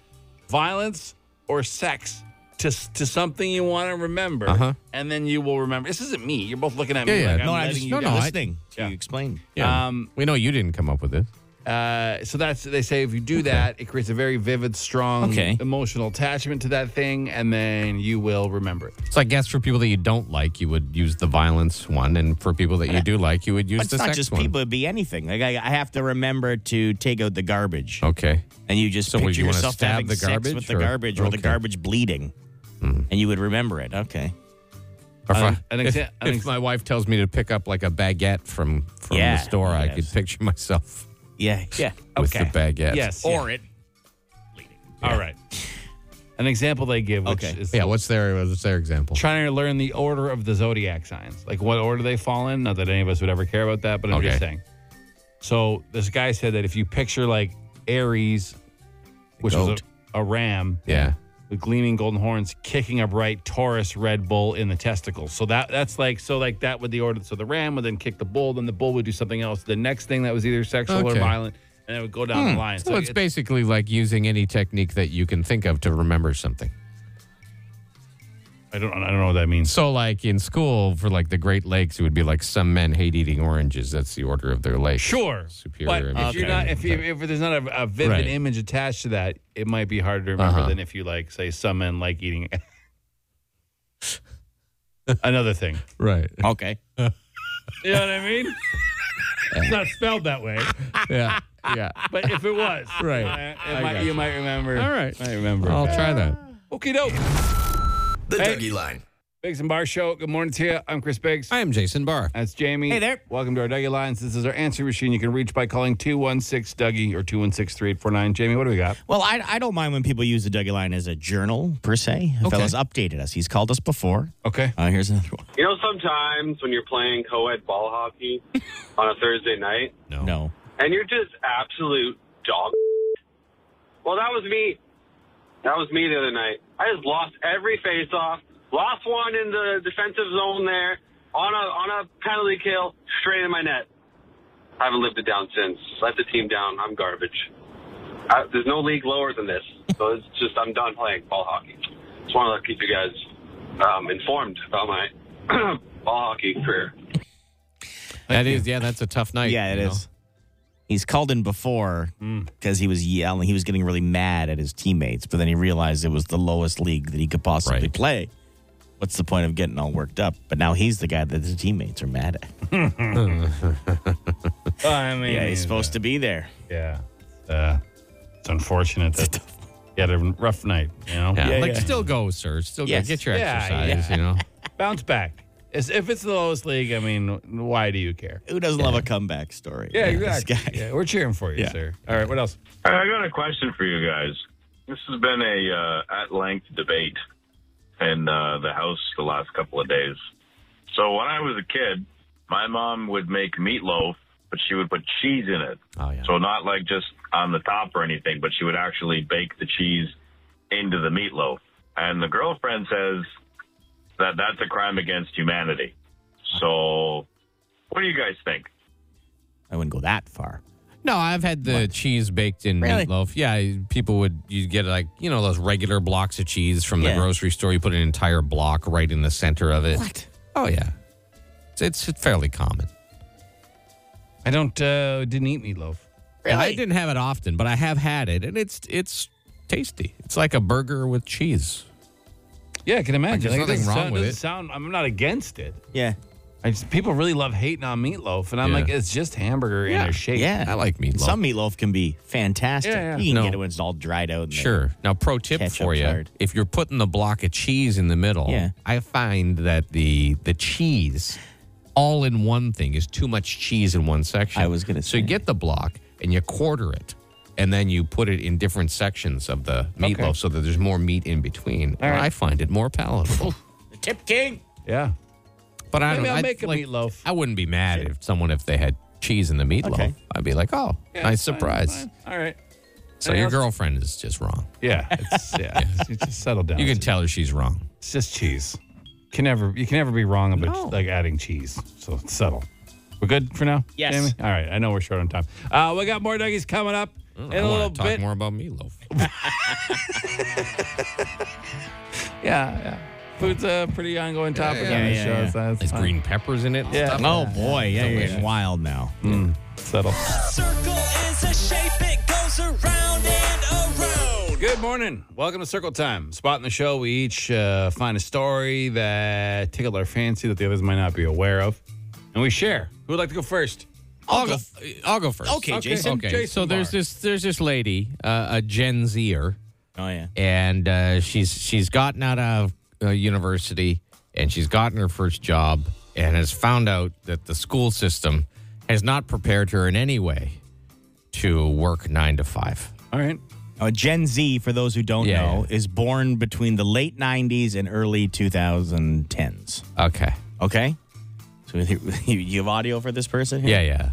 [SPEAKER 2] violence or sex to to something you want to remember,
[SPEAKER 3] Uh-huh.
[SPEAKER 2] and then you will remember. This isn't me. You're both looking at me.
[SPEAKER 3] Yeah, yeah.
[SPEAKER 2] Like
[SPEAKER 3] No,
[SPEAKER 2] I'm
[SPEAKER 3] I
[SPEAKER 2] letting
[SPEAKER 3] just-
[SPEAKER 2] you
[SPEAKER 3] no, no,
[SPEAKER 2] down.
[SPEAKER 3] I-
[SPEAKER 4] listening to
[SPEAKER 2] Yeah.
[SPEAKER 4] you explain.
[SPEAKER 3] Yeah.
[SPEAKER 2] Um,
[SPEAKER 3] we know you didn't come up with this.
[SPEAKER 2] Uh, so that's they say if you do that, it creates a very vivid, strong
[SPEAKER 4] Okay.
[SPEAKER 2] emotional attachment to that thing, and then you will remember it.
[SPEAKER 3] So I guess for people that you don't like, you would use the violence one, and for people that you do like, you would use
[SPEAKER 4] But it's
[SPEAKER 3] the
[SPEAKER 4] not
[SPEAKER 3] sex
[SPEAKER 4] just
[SPEAKER 3] one.
[SPEAKER 4] people; it'd be anything. Like I, I have to remember to take out the garbage,
[SPEAKER 3] Okay.
[SPEAKER 4] and you just
[SPEAKER 3] Oh. So what,
[SPEAKER 4] picture
[SPEAKER 3] you wanna
[SPEAKER 4] yourself
[SPEAKER 3] stab
[SPEAKER 4] having
[SPEAKER 3] the
[SPEAKER 4] sex
[SPEAKER 3] garbage
[SPEAKER 4] with the
[SPEAKER 3] or-
[SPEAKER 4] garbage or, the
[SPEAKER 3] okay. Hmm.
[SPEAKER 4] garbage bleeding, and you would remember it. Okay.
[SPEAKER 3] Or
[SPEAKER 2] An-
[SPEAKER 3] if, I-
[SPEAKER 2] an
[SPEAKER 3] if-
[SPEAKER 2] exa- an
[SPEAKER 3] if
[SPEAKER 2] ex-
[SPEAKER 3] my wife tells me to pick up like a baguette from from
[SPEAKER 4] Yeah,
[SPEAKER 3] the store, I
[SPEAKER 4] yes.
[SPEAKER 3] could picture myself
[SPEAKER 4] Yeah. Yeah.
[SPEAKER 3] with the baguette.
[SPEAKER 2] Yes.
[SPEAKER 4] Or it.
[SPEAKER 2] yeah. all right. An example they give, which
[SPEAKER 4] Okay.
[SPEAKER 2] is
[SPEAKER 3] Yeah. What's their What's their example?
[SPEAKER 2] trying to learn the order of the zodiac signs, like what order they fall in. Not that any of us would ever care about that, but I'm just
[SPEAKER 3] Okay.
[SPEAKER 2] saying. So this guy said that if you picture like Aries, which was
[SPEAKER 4] goat.
[SPEAKER 2] a, a ram,
[SPEAKER 3] Yeah.
[SPEAKER 2] with gleaming golden horns, kicking upright Taurus Red Bull in the testicles. So that that's like so like that would the order. So the ram would then kick the bull, then the bull would do something else. The next thing that was either sexual
[SPEAKER 3] Okay. Hmm.
[SPEAKER 2] or violent, and it would go down the line.
[SPEAKER 3] So it's
[SPEAKER 2] it-
[SPEAKER 3] basically like using any technique that you can think of to remember something.
[SPEAKER 2] I don't I don't know what that means.
[SPEAKER 3] So, like in school for like the Great Lakes, it would be like some men hate eating oranges. That's the order of their lakes.
[SPEAKER 2] Sure,
[SPEAKER 3] Superior
[SPEAKER 2] But if you're
[SPEAKER 3] image.
[SPEAKER 2] not, if, you, if there's not a, a vivid
[SPEAKER 3] Right.
[SPEAKER 2] image attached to that, it might be harder to remember
[SPEAKER 3] Uh-huh.
[SPEAKER 2] than if you like say some men like eating. Another thing,
[SPEAKER 3] Right.
[SPEAKER 4] Okay.
[SPEAKER 2] you know what I mean? it's not spelled that way.
[SPEAKER 3] yeah. Yeah.
[SPEAKER 2] But if it was,
[SPEAKER 3] Right.
[SPEAKER 2] uh, it
[SPEAKER 3] I
[SPEAKER 2] might-
[SPEAKER 3] gotcha.
[SPEAKER 2] you might remember.
[SPEAKER 3] All right.
[SPEAKER 2] might remember.
[SPEAKER 3] I'll try that.
[SPEAKER 2] Okay, doke.
[SPEAKER 5] The
[SPEAKER 2] Hey.
[SPEAKER 5] Dougie Line.
[SPEAKER 2] Biggs and Barr Show. Good morning to you. I'm Chris Biggs.
[SPEAKER 3] I am Jason Barr.
[SPEAKER 2] That's Jamie.
[SPEAKER 4] Hey there.
[SPEAKER 2] Welcome to our Dougie Lines. This is our answer machine. You can reach by calling 216 Dougie or 216 3849. Jamie, what do we got?
[SPEAKER 4] Well, I, I don't mind when people use the Dougie line as a journal per se. The Fella's updated us. He's called us before.
[SPEAKER 2] Okay.
[SPEAKER 4] Uh, here's another one.
[SPEAKER 7] You know, sometimes when you're playing co-ed ball hockey on a Thursday night,
[SPEAKER 3] No.
[SPEAKER 4] No.
[SPEAKER 7] and you're just absolute dog. Well, that was me. That was me the other night. I just lost every face-off. Lost one in the defensive zone there on a on a penalty kill straight in my net. I haven't lived it down since. Let the team down. I'm garbage. I, there's no league lower than this, so it's just I'm done playing ball hockey. Just want to keep you guys um, informed about my ball hockey career.
[SPEAKER 3] That is, yeah, that's a tough night.
[SPEAKER 4] Yeah, it
[SPEAKER 3] you know?
[SPEAKER 4] is. He's called in before because he was yelling. He was getting really mad at his teammates, but then he realized it was the lowest league that he could possibly
[SPEAKER 3] Right.
[SPEAKER 4] play. What's the point of getting all worked up? But now he's the guy that the teammates are mad at.
[SPEAKER 2] I mean,
[SPEAKER 4] Yeah, he's supposed to be there.
[SPEAKER 2] Yeah. Uh, it's unfortunate that you had a rough night, you know?
[SPEAKER 3] Yeah.
[SPEAKER 4] Yeah,
[SPEAKER 3] like,
[SPEAKER 4] yeah.
[SPEAKER 3] still go, sir. Still
[SPEAKER 4] Yes.
[SPEAKER 3] go. Get your
[SPEAKER 2] Yeah,
[SPEAKER 3] exercise, you know?
[SPEAKER 2] Bounce back. As if it's the lowest league, I mean, why do you care?
[SPEAKER 4] Who doesn't love a comeback story?
[SPEAKER 2] Yeah,
[SPEAKER 4] This
[SPEAKER 2] exactly.
[SPEAKER 4] guy.
[SPEAKER 2] Yeah, we're cheering for you,
[SPEAKER 4] Yeah.
[SPEAKER 2] sir. All right, what else?
[SPEAKER 8] Hey, I got a question for you guys. This has been a uh, at-length debate in uh, the house the last couple of days. So when I was a kid, my mom would make meatloaf, but she would put cheese in it.
[SPEAKER 3] Oh, yeah.
[SPEAKER 8] So not like just on the top or anything, but she would actually bake the cheese into the meatloaf. And the girlfriend says that that's a crime against humanity. So what do you guys think?
[SPEAKER 4] I wouldn't go that far.
[SPEAKER 3] No, I've had the cheese baked in
[SPEAKER 4] Really?
[SPEAKER 3] meatloaf. Yeah, people would you get like you know those regular blocks of cheese from the
[SPEAKER 4] Yeah.
[SPEAKER 3] grocery store. You put an entire block right in the center of it.
[SPEAKER 4] What?
[SPEAKER 3] Oh yeah, it's, it's fairly common.
[SPEAKER 2] I don't, uh, didn't eat meatloaf.
[SPEAKER 3] And I didn't have it often, but I have had it, and it's it's tasty. It's like a burger with cheese.
[SPEAKER 2] Yeah, I can imagine.
[SPEAKER 3] there's
[SPEAKER 2] Like, it
[SPEAKER 3] nothing
[SPEAKER 2] doesn't
[SPEAKER 3] wrong
[SPEAKER 2] sound-
[SPEAKER 3] with
[SPEAKER 2] doesn't
[SPEAKER 3] it.
[SPEAKER 2] Sound, I'm not against it.
[SPEAKER 4] Yeah.
[SPEAKER 2] I just, people really love hating on meatloaf, and I'm
[SPEAKER 3] Yeah.
[SPEAKER 2] like, it's just hamburger in a shape.
[SPEAKER 4] Yeah.
[SPEAKER 3] I like meatloaf.
[SPEAKER 4] Some meatloaf can be fantastic.
[SPEAKER 2] Yeah, yeah.
[SPEAKER 4] You can
[SPEAKER 3] No.
[SPEAKER 4] get it when it's all dried out. and
[SPEAKER 3] Sure. Now, pro tip
[SPEAKER 4] Ketchup's
[SPEAKER 3] for you:
[SPEAKER 4] hard.
[SPEAKER 3] if you're putting the block of cheese in the middle,
[SPEAKER 4] Yeah.
[SPEAKER 3] I find that the the cheese all in one thing is too much cheese in one section.
[SPEAKER 4] I was gonna
[SPEAKER 3] so you
[SPEAKER 4] say.
[SPEAKER 3] get the block and you quarter it, and then you put it in different sections of the meatloaf so that there's more meat in between. And I find it more palatable.
[SPEAKER 4] The tip king.
[SPEAKER 2] Yeah.
[SPEAKER 3] but I
[SPEAKER 2] Maybe
[SPEAKER 3] don't.
[SPEAKER 2] I'll
[SPEAKER 3] I'd
[SPEAKER 2] make a meatloaf.
[SPEAKER 3] I wouldn't be mad if someone if they had cheese in the meatloaf.
[SPEAKER 4] Okay.
[SPEAKER 3] I'd be like, oh, nice surprise.
[SPEAKER 2] All right.
[SPEAKER 3] So your girlfriend is just wrong.
[SPEAKER 2] Yeah. It's, yeah. it's- it's just settle down.
[SPEAKER 3] You can tell her she's wrong.
[SPEAKER 2] It's just cheese. Can never you can never be wrong about
[SPEAKER 3] No.
[SPEAKER 2] like adding cheese. So it's subtle. We're good for now.
[SPEAKER 4] Yes.
[SPEAKER 2] Jamie? All right. I know we're short on time. Uh, we got more Dougies coming up in
[SPEAKER 3] Mm, I
[SPEAKER 2] a
[SPEAKER 3] wanna
[SPEAKER 2] little
[SPEAKER 3] talk
[SPEAKER 2] bit.
[SPEAKER 3] more about meatloaf.
[SPEAKER 2] Yeah, yeah. Food's a pretty ongoing topic
[SPEAKER 3] yeah,
[SPEAKER 2] on this
[SPEAKER 4] yeah,
[SPEAKER 2] show.
[SPEAKER 4] yeah.
[SPEAKER 2] So that's
[SPEAKER 3] There's
[SPEAKER 2] fine.
[SPEAKER 3] green peppers in it. and
[SPEAKER 2] Yeah.
[SPEAKER 3] stuff.
[SPEAKER 4] Oh boy, yeah, you're
[SPEAKER 3] Delicious.
[SPEAKER 4] getting wild now.
[SPEAKER 2] Settle.
[SPEAKER 6] Circle is a shape, it goes around and around.
[SPEAKER 2] Good morning. Welcome to Circle Time. Spot in the show, we each uh, find a story that tickled our fancy that the others might not be aware of, and we share. Who would like to go first?
[SPEAKER 3] I'll go. I'll go first.
[SPEAKER 4] Okay, Jason.
[SPEAKER 3] Okay.
[SPEAKER 2] Jason
[SPEAKER 3] so there's
[SPEAKER 2] Barr.
[SPEAKER 3] this there's this lady, uh, a Gen Zer,
[SPEAKER 4] Oh yeah.
[SPEAKER 3] and uh, she's she's gotten out of uh, university and she's gotten her first job and has found out that the school system has not prepared her in any way to work nine to five.
[SPEAKER 2] All right.
[SPEAKER 4] Uh, Gen Z, for those who don't
[SPEAKER 3] Yeah,
[SPEAKER 4] know, is born between the late 90s and early 2010s.
[SPEAKER 3] Okay.
[SPEAKER 4] Okay? So you, you have audio for this person? here?
[SPEAKER 3] Yeah. Yeah.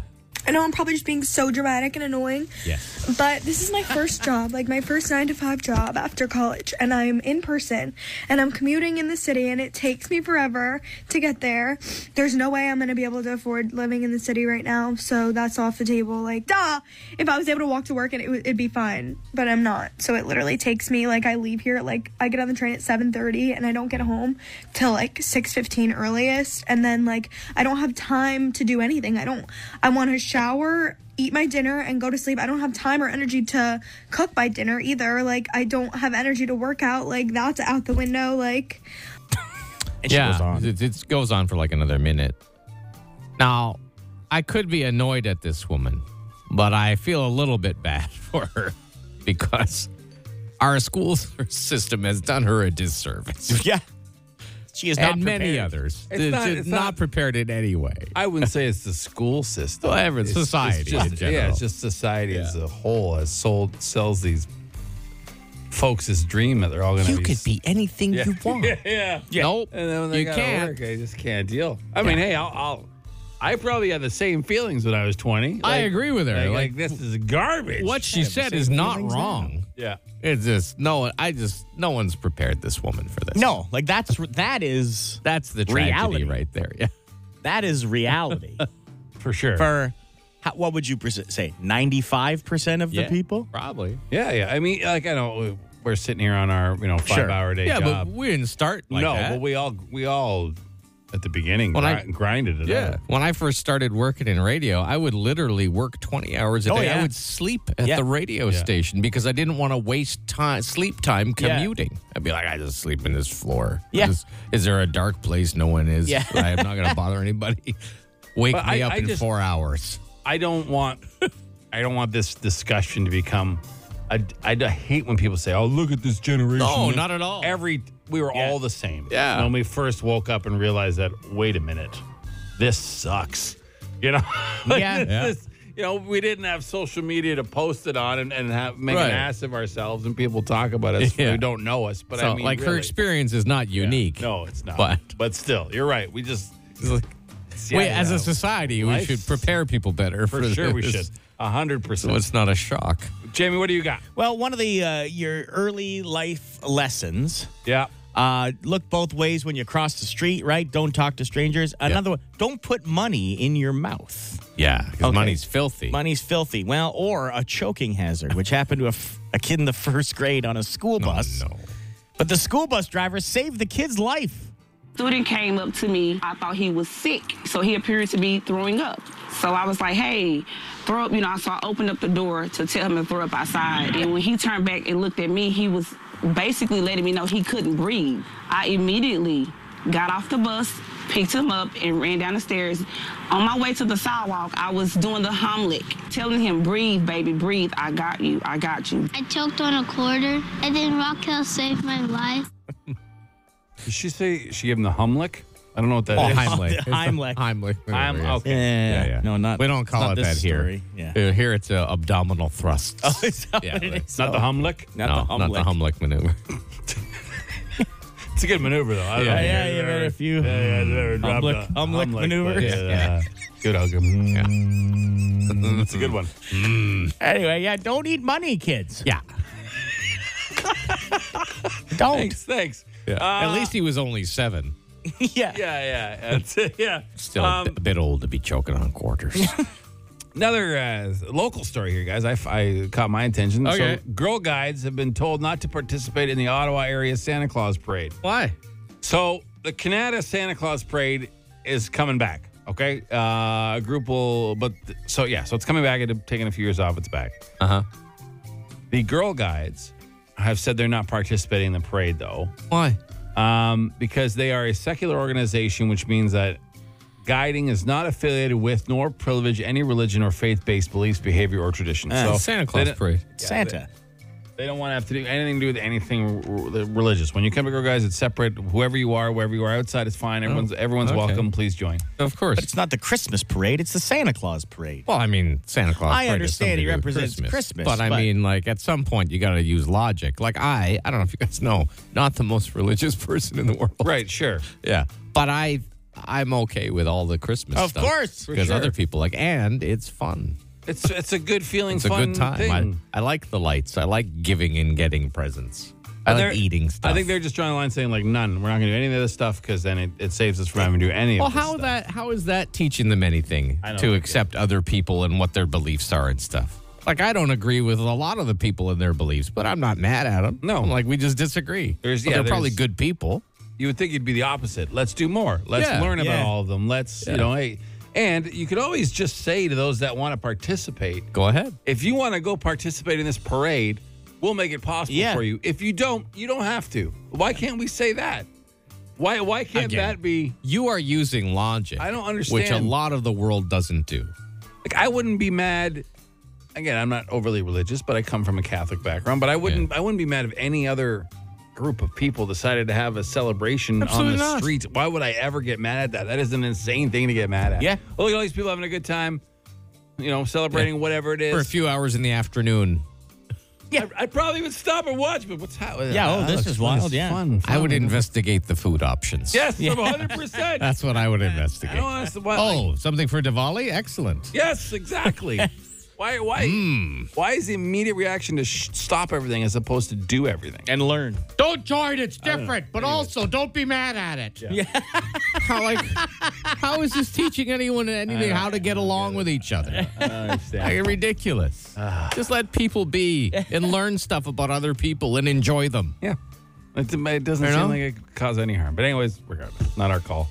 [SPEAKER 9] I know I'm probably just being so dramatic and annoying,
[SPEAKER 3] Yes.
[SPEAKER 9] but this is my first job, like my first nine to five job after college, and I'm in person and I'm commuting in the city, and it takes me forever to get there. There's no way I'm gonna be able to afford living in the city right now, so that's off the table. Like, duh, if I was able to walk to work, and it, w- it'd be fine, but I'm not. So it literally takes me like I leave here, like I get on the train at 7:30, and I don't get home till like 6:15 earliest, and then like I don't have time to do anything. I don't. I want to shower eat my dinner and go to sleep. I don't have time or energy to cook my dinner either. Like I don't have energy to work out. Like that's out the window. Like
[SPEAKER 4] And she
[SPEAKER 3] Yeah.
[SPEAKER 4] goes on.
[SPEAKER 3] It, it goes on for like another minute. Now, I could be annoyed at this woman, but I feel a little bit bad for her because our school system has done her a disservice.
[SPEAKER 4] Yeah. She is not
[SPEAKER 3] And many
[SPEAKER 4] prepared.
[SPEAKER 3] others.
[SPEAKER 2] It's
[SPEAKER 3] It's
[SPEAKER 2] not-
[SPEAKER 3] not,
[SPEAKER 2] it's not-
[SPEAKER 3] prepared in any way.
[SPEAKER 2] I wouldn't say it's the school system.
[SPEAKER 3] Well, everyone-
[SPEAKER 2] It's- it's
[SPEAKER 3] society
[SPEAKER 2] just-
[SPEAKER 3] in general.
[SPEAKER 2] Yeah, it's just society as a whole has sold sells these folks this dream that they're all going to.
[SPEAKER 3] be anything you want.
[SPEAKER 2] Yeah.
[SPEAKER 3] Nope.
[SPEAKER 2] And then when they
[SPEAKER 3] you
[SPEAKER 2] gotta
[SPEAKER 3] can't.
[SPEAKER 2] work, I just can't deal. I mean, hey, I'll, I'll. I probably had the same feelings when I was 20.
[SPEAKER 3] I
[SPEAKER 2] Like-
[SPEAKER 3] agree with her.
[SPEAKER 2] Like,
[SPEAKER 3] Like,
[SPEAKER 2] like, this is garbage.
[SPEAKER 3] what she said is not wrong.
[SPEAKER 2] Yeah.
[SPEAKER 3] It's just no. one- I just no one's prepared this woman for this.
[SPEAKER 4] No, like that's that is
[SPEAKER 3] that's the tragedy
[SPEAKER 4] Reality.
[SPEAKER 3] right there. Yeah.
[SPEAKER 4] that is reality.
[SPEAKER 2] For sure.
[SPEAKER 4] for how, what would you perc- say? 95% of the
[SPEAKER 3] Yeah.
[SPEAKER 4] people?
[SPEAKER 3] Probably.
[SPEAKER 2] yeah, yeah. I mean, like I know we're sitting here on our you know five hour day
[SPEAKER 3] yeah,
[SPEAKER 2] job.
[SPEAKER 3] but we didn't start like
[SPEAKER 2] no,
[SPEAKER 3] that.
[SPEAKER 2] but we all we all at the beginning
[SPEAKER 3] When I-
[SPEAKER 2] gri- grinded it.
[SPEAKER 3] Yeah.
[SPEAKER 2] out.
[SPEAKER 3] When I first started working in radio, I would literally work 20 hours a
[SPEAKER 4] Oh,
[SPEAKER 3] day. I
[SPEAKER 4] yeah.
[SPEAKER 3] would sleep at
[SPEAKER 4] Yeah.
[SPEAKER 3] the radio station because I didn't want to waste time, sleep time commuting. I'd be like, I just sleep in this floor.
[SPEAKER 4] Yeah.
[SPEAKER 3] Just- is there a dark place? No one is.
[SPEAKER 4] Yeah.
[SPEAKER 3] I'm not going to bother anybody. Wake
[SPEAKER 2] But
[SPEAKER 3] me
[SPEAKER 2] I-
[SPEAKER 3] up
[SPEAKER 2] I
[SPEAKER 3] in
[SPEAKER 2] just-
[SPEAKER 3] four hours.
[SPEAKER 2] I don't want I don't want this discussion to become. I, I d- hate when people say, "Oh, look at this generation."
[SPEAKER 3] No, not at all.
[SPEAKER 2] Every we were
[SPEAKER 4] Yeah.
[SPEAKER 2] all the same.
[SPEAKER 3] Yeah.
[SPEAKER 2] And When we first woke up and realized that, wait a minute, this sucks. You know. Like,
[SPEAKER 4] Yeah.
[SPEAKER 2] this-
[SPEAKER 3] Yeah.
[SPEAKER 2] this- you know, we didn't have social media to post it on and, and have, make
[SPEAKER 3] Right.
[SPEAKER 2] an ass of ourselves, and people talk about us
[SPEAKER 3] Yeah.
[SPEAKER 2] who don't know us. But
[SPEAKER 3] so,
[SPEAKER 2] I mean,
[SPEAKER 3] like, her
[SPEAKER 2] really.
[SPEAKER 3] experience is not unique.
[SPEAKER 2] No, it's not.
[SPEAKER 3] But-
[SPEAKER 2] but still, you're right. We just
[SPEAKER 3] Wait,
[SPEAKER 2] Yeah,
[SPEAKER 3] as
[SPEAKER 2] yeah.
[SPEAKER 3] a society,
[SPEAKER 2] Life's-
[SPEAKER 3] we should prepare people better for,
[SPEAKER 2] for sure we
[SPEAKER 3] this.
[SPEAKER 2] should. A hundred
[SPEAKER 3] So
[SPEAKER 2] percent.
[SPEAKER 3] it's not a shock.
[SPEAKER 2] Jamie, what do you got?
[SPEAKER 4] Well, one of the uh, your early life lessons
[SPEAKER 2] Yeah.
[SPEAKER 4] Uh, look both ways when you cross the street, right? Don't talk to strangers. Another one, don't put money in your mouth.
[SPEAKER 3] Yeah, because
[SPEAKER 4] Okay.
[SPEAKER 3] money's filthy.
[SPEAKER 4] Money's filthy. Well, or a choking hazard, which happened to a, f- a kid in the first grade on a school bus.
[SPEAKER 3] no.
[SPEAKER 4] But the school bus driver saved the kid's life.
[SPEAKER 10] student came up to me. I thought he was sick, so he appeared to be throwing up. So I was like, hey, throw up, you know, so I opened up the door to tell him to throw up outside. And when he turned back and looked at me, he was basically letting me know he couldn't breathe. I immediately got off the bus, picked him up, and ran down the stairs. On my way to the sidewalk, I was doing the Heimlich, telling him, breathe, baby, breathe. I got you. I got you.
[SPEAKER 11] I choked on a quarter, and then Raquel saved my life.
[SPEAKER 2] Did she say she gave him the Humlick? I don't know what that is.
[SPEAKER 3] Oh,
[SPEAKER 4] Heimlich.
[SPEAKER 3] Heimlich.
[SPEAKER 4] It's the Heimlich.
[SPEAKER 2] Heim- okay.
[SPEAKER 4] Yeah, No, not.
[SPEAKER 3] We don't
[SPEAKER 4] it's
[SPEAKER 3] call
[SPEAKER 4] not
[SPEAKER 3] it that
[SPEAKER 4] this
[SPEAKER 3] here.
[SPEAKER 4] story. Yeah.
[SPEAKER 3] Uh, Here it's uh, abdominal thrusts.
[SPEAKER 4] Oh, is that
[SPEAKER 3] Yeah,
[SPEAKER 4] what it
[SPEAKER 3] right.
[SPEAKER 4] is?
[SPEAKER 2] Not the Humlick.
[SPEAKER 4] Not
[SPEAKER 3] no,
[SPEAKER 4] the
[SPEAKER 3] not the
[SPEAKER 4] Heimlich.
[SPEAKER 3] Humlick maneuver.
[SPEAKER 2] It's a good maneuver though. I don't
[SPEAKER 3] Yeah,
[SPEAKER 2] know.
[SPEAKER 4] yeah, you've had a
[SPEAKER 2] Yeah,
[SPEAKER 4] few
[SPEAKER 2] yeah, I've never dropped
[SPEAKER 4] Humlick-
[SPEAKER 2] a
[SPEAKER 4] Humlick
[SPEAKER 2] but
[SPEAKER 4] maneuvers.
[SPEAKER 2] Yeah, good outcome. That's a good one.
[SPEAKER 4] Anyway, yeah, don't eat money, kids.
[SPEAKER 3] Yeah.
[SPEAKER 4] Don't.
[SPEAKER 2] Thanks, thanks.
[SPEAKER 3] At least he was only seven.
[SPEAKER 4] yeah.
[SPEAKER 2] Yeah, yeah, that's- yeah.
[SPEAKER 3] Still a bit- a bit old to be choking on quarters.
[SPEAKER 2] Another uh, local story here, guys. I, I caught my attention.
[SPEAKER 3] Okay.
[SPEAKER 2] So, Girl Guides have been told not to participate in the Ottawa area Santa Claus parade.
[SPEAKER 3] Why?
[SPEAKER 2] So, the Canada Santa Claus parade is coming back. Okay, uh, a group will, but so yeah, so it's coming back. It's taken a few years off. It's back.
[SPEAKER 3] Uh huh.
[SPEAKER 2] The Girl Guides have said they're not participating in the parade, though.
[SPEAKER 3] Why?
[SPEAKER 2] um, because they are a secular organization, which means that guiding is not affiliated with nor privilege any religion or faith-based beliefs, behavior, or tradition.
[SPEAKER 3] Ah, Santa Claus
[SPEAKER 2] they don't-
[SPEAKER 3] parade.
[SPEAKER 2] Yeah,
[SPEAKER 4] Santa.
[SPEAKER 2] They, they don't want to have to do anything to do with anything r- r- religious. When you come to Girl Guys, it's separate. Whoever you are, wherever you are outside is fine. Everyone's everyone's
[SPEAKER 3] Oh, okay.
[SPEAKER 2] welcome. Please join.
[SPEAKER 3] Of course.
[SPEAKER 4] But it's not the Christmas parade, it's the Santa Claus parade.
[SPEAKER 3] Well, I mean, Santa Claus.
[SPEAKER 4] I
[SPEAKER 3] parade is
[SPEAKER 4] understand
[SPEAKER 3] something
[SPEAKER 4] he
[SPEAKER 3] to do with
[SPEAKER 4] represents Christmas,
[SPEAKER 3] but, I
[SPEAKER 4] but-
[SPEAKER 3] mean, like at some point you got to use logic. Like I, I don't know if you guys know, not the most religious person in the world.
[SPEAKER 2] Right? Sure.
[SPEAKER 3] Yeah, but I, I'm okay with all the Christmas.
[SPEAKER 4] Of
[SPEAKER 3] stuff
[SPEAKER 4] course, for
[SPEAKER 3] because
[SPEAKER 4] sure.
[SPEAKER 3] other people like, and it's fun.
[SPEAKER 2] It's it's a good feeling.
[SPEAKER 3] It's
[SPEAKER 2] fun
[SPEAKER 3] a good
[SPEAKER 2] Thing.
[SPEAKER 3] time. I, I like the lights. I like giving and getting presents. I
[SPEAKER 2] They're-
[SPEAKER 3] like eating stuff.
[SPEAKER 2] I think they're just drawing a line saying like none. We're not going to do any of this stuff because then it, it saves us from having to do any
[SPEAKER 3] Well,
[SPEAKER 2] of this
[SPEAKER 3] how
[SPEAKER 2] stuff.
[SPEAKER 3] that how is that teaching them anything
[SPEAKER 2] I don't
[SPEAKER 3] to
[SPEAKER 2] like it.
[SPEAKER 3] accept other people and what their beliefs are and stuff? Like I don't agree with a lot of the people and their beliefs, but I'm not mad at them.
[SPEAKER 2] No.
[SPEAKER 3] I'm like we just disagree.
[SPEAKER 2] There's-
[SPEAKER 3] But
[SPEAKER 2] yeah,
[SPEAKER 3] they're probably
[SPEAKER 2] there's-
[SPEAKER 3] good people.
[SPEAKER 2] you would think you'd be the opposite. Let's do more. Let's
[SPEAKER 3] Yeah,
[SPEAKER 2] learn about
[SPEAKER 3] yeah.
[SPEAKER 2] all of them. Let's, you
[SPEAKER 3] Yeah.
[SPEAKER 2] know, hey, and you could always just say to those that want to participate,
[SPEAKER 3] Go ahead.
[SPEAKER 2] if you want to go participate in this parade, we'll make it possible
[SPEAKER 4] Yeah.
[SPEAKER 2] for you. If you don't, you don't have to. Why can't we say that? Why why can't
[SPEAKER 3] Again.
[SPEAKER 2] that be
[SPEAKER 3] You are using logic.
[SPEAKER 2] I don't
[SPEAKER 3] Which a
[SPEAKER 2] understand.
[SPEAKER 3] lot of the world doesn't do.
[SPEAKER 2] like I wouldn't be mad again, I'm not overly religious, but I come from a Catholic background, but I wouldn't I wouldn't be mad if any other group of people decided to have a celebration
[SPEAKER 3] Absolutely
[SPEAKER 2] on the
[SPEAKER 3] not.
[SPEAKER 2] streets. Why would I ever get mad at that? That is an insane thing to get mad at.
[SPEAKER 4] Yeah.
[SPEAKER 2] Oh, look at all these people having a good time, you know, celebrating whatever it is.
[SPEAKER 3] For a few hours in the afternoon,
[SPEAKER 2] yeah. I, I probably would stop and watch, but what's happening?
[SPEAKER 4] Yeah, oh, this is wild, yeah.
[SPEAKER 2] Fun,
[SPEAKER 3] I would
[SPEAKER 2] fun.
[SPEAKER 3] investigate the food options.
[SPEAKER 2] Yes, 100%.
[SPEAKER 3] That's what I would
[SPEAKER 2] I
[SPEAKER 3] investigate.
[SPEAKER 2] don't want us to- why- like,
[SPEAKER 3] Oh, something for Diwali? Excellent.
[SPEAKER 2] Yes, exactly. Why? Why? Why is the immediate reaction to sh- stop everything as opposed to do everything?
[SPEAKER 4] And learn.
[SPEAKER 3] Don't join. It's different, but also don't be mad at it. Yeah. how, like, how is this teaching anyone anything how to get along with each other? Like, ridiculous. Just let people be and learn stuff about other people and enjoy them.
[SPEAKER 2] Yeah. It, it doesn't
[SPEAKER 3] You know?
[SPEAKER 2] seem like it could cause any harm. But anyways, regardless, not our call.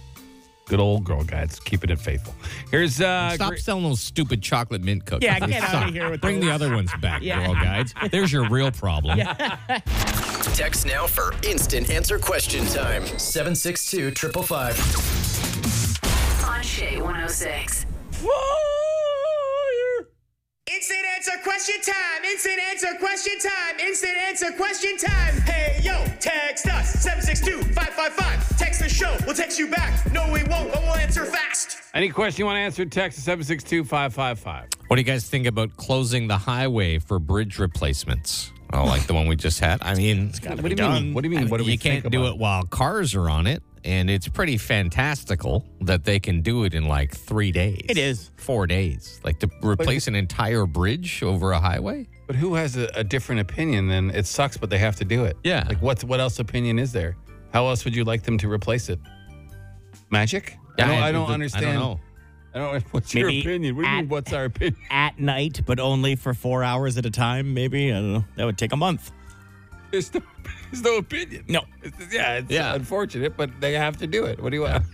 [SPEAKER 2] Good old girl guides, keeping it faithful. Here's uh
[SPEAKER 3] Stop
[SPEAKER 2] Gre-
[SPEAKER 3] selling those stupid chocolate mint cookies.
[SPEAKER 4] Yeah,
[SPEAKER 3] They
[SPEAKER 4] get outta
[SPEAKER 3] suck.
[SPEAKER 4] here with
[SPEAKER 3] Bring the
[SPEAKER 4] those.
[SPEAKER 3] other ones back,
[SPEAKER 4] Yeah.
[SPEAKER 3] girl guides. There's your real problem.
[SPEAKER 5] Text now for instant answer question time. 762 555.
[SPEAKER 1] On Shea 106.
[SPEAKER 6] Instant answer question time. Instant answer question time. Instant answer question time. Hey yo, text us 762-555. Text the show. We'll text you back. No, we won't, but we'll answer fast.
[SPEAKER 2] any question you want to answer, text 762 555.
[SPEAKER 3] What do you guys think about closing the highway for bridge replacements? Oh, like the one we just had. I mean,
[SPEAKER 2] What do you mean? What do you mean? What do we
[SPEAKER 3] you can't
[SPEAKER 2] think
[SPEAKER 3] do
[SPEAKER 2] about
[SPEAKER 3] it while cars are on it, and it's pretty fantastical that they can do it in like three days.
[SPEAKER 4] It is.
[SPEAKER 3] four days, like to replace an entire bridge over a highway.
[SPEAKER 2] But who has a, a different opinion than it sucks, but they have to do it?
[SPEAKER 3] Yeah.
[SPEAKER 2] Like, what, what else opinion is there? How else would you like them to replace it? Magic? I don't, I don't understand.
[SPEAKER 3] I don't know.
[SPEAKER 2] I don't- what's your
[SPEAKER 4] Maybe
[SPEAKER 2] opinion? What do you mean,
[SPEAKER 4] at-
[SPEAKER 2] what's our opinion?
[SPEAKER 4] At night, but only for four hours at a time, maybe. I don't know. That would take a month.
[SPEAKER 2] There's no, there's no opinion.
[SPEAKER 4] No.
[SPEAKER 2] It's- yeah, it's
[SPEAKER 3] Yeah.
[SPEAKER 2] unfortunate, but they have to do it. What do you want?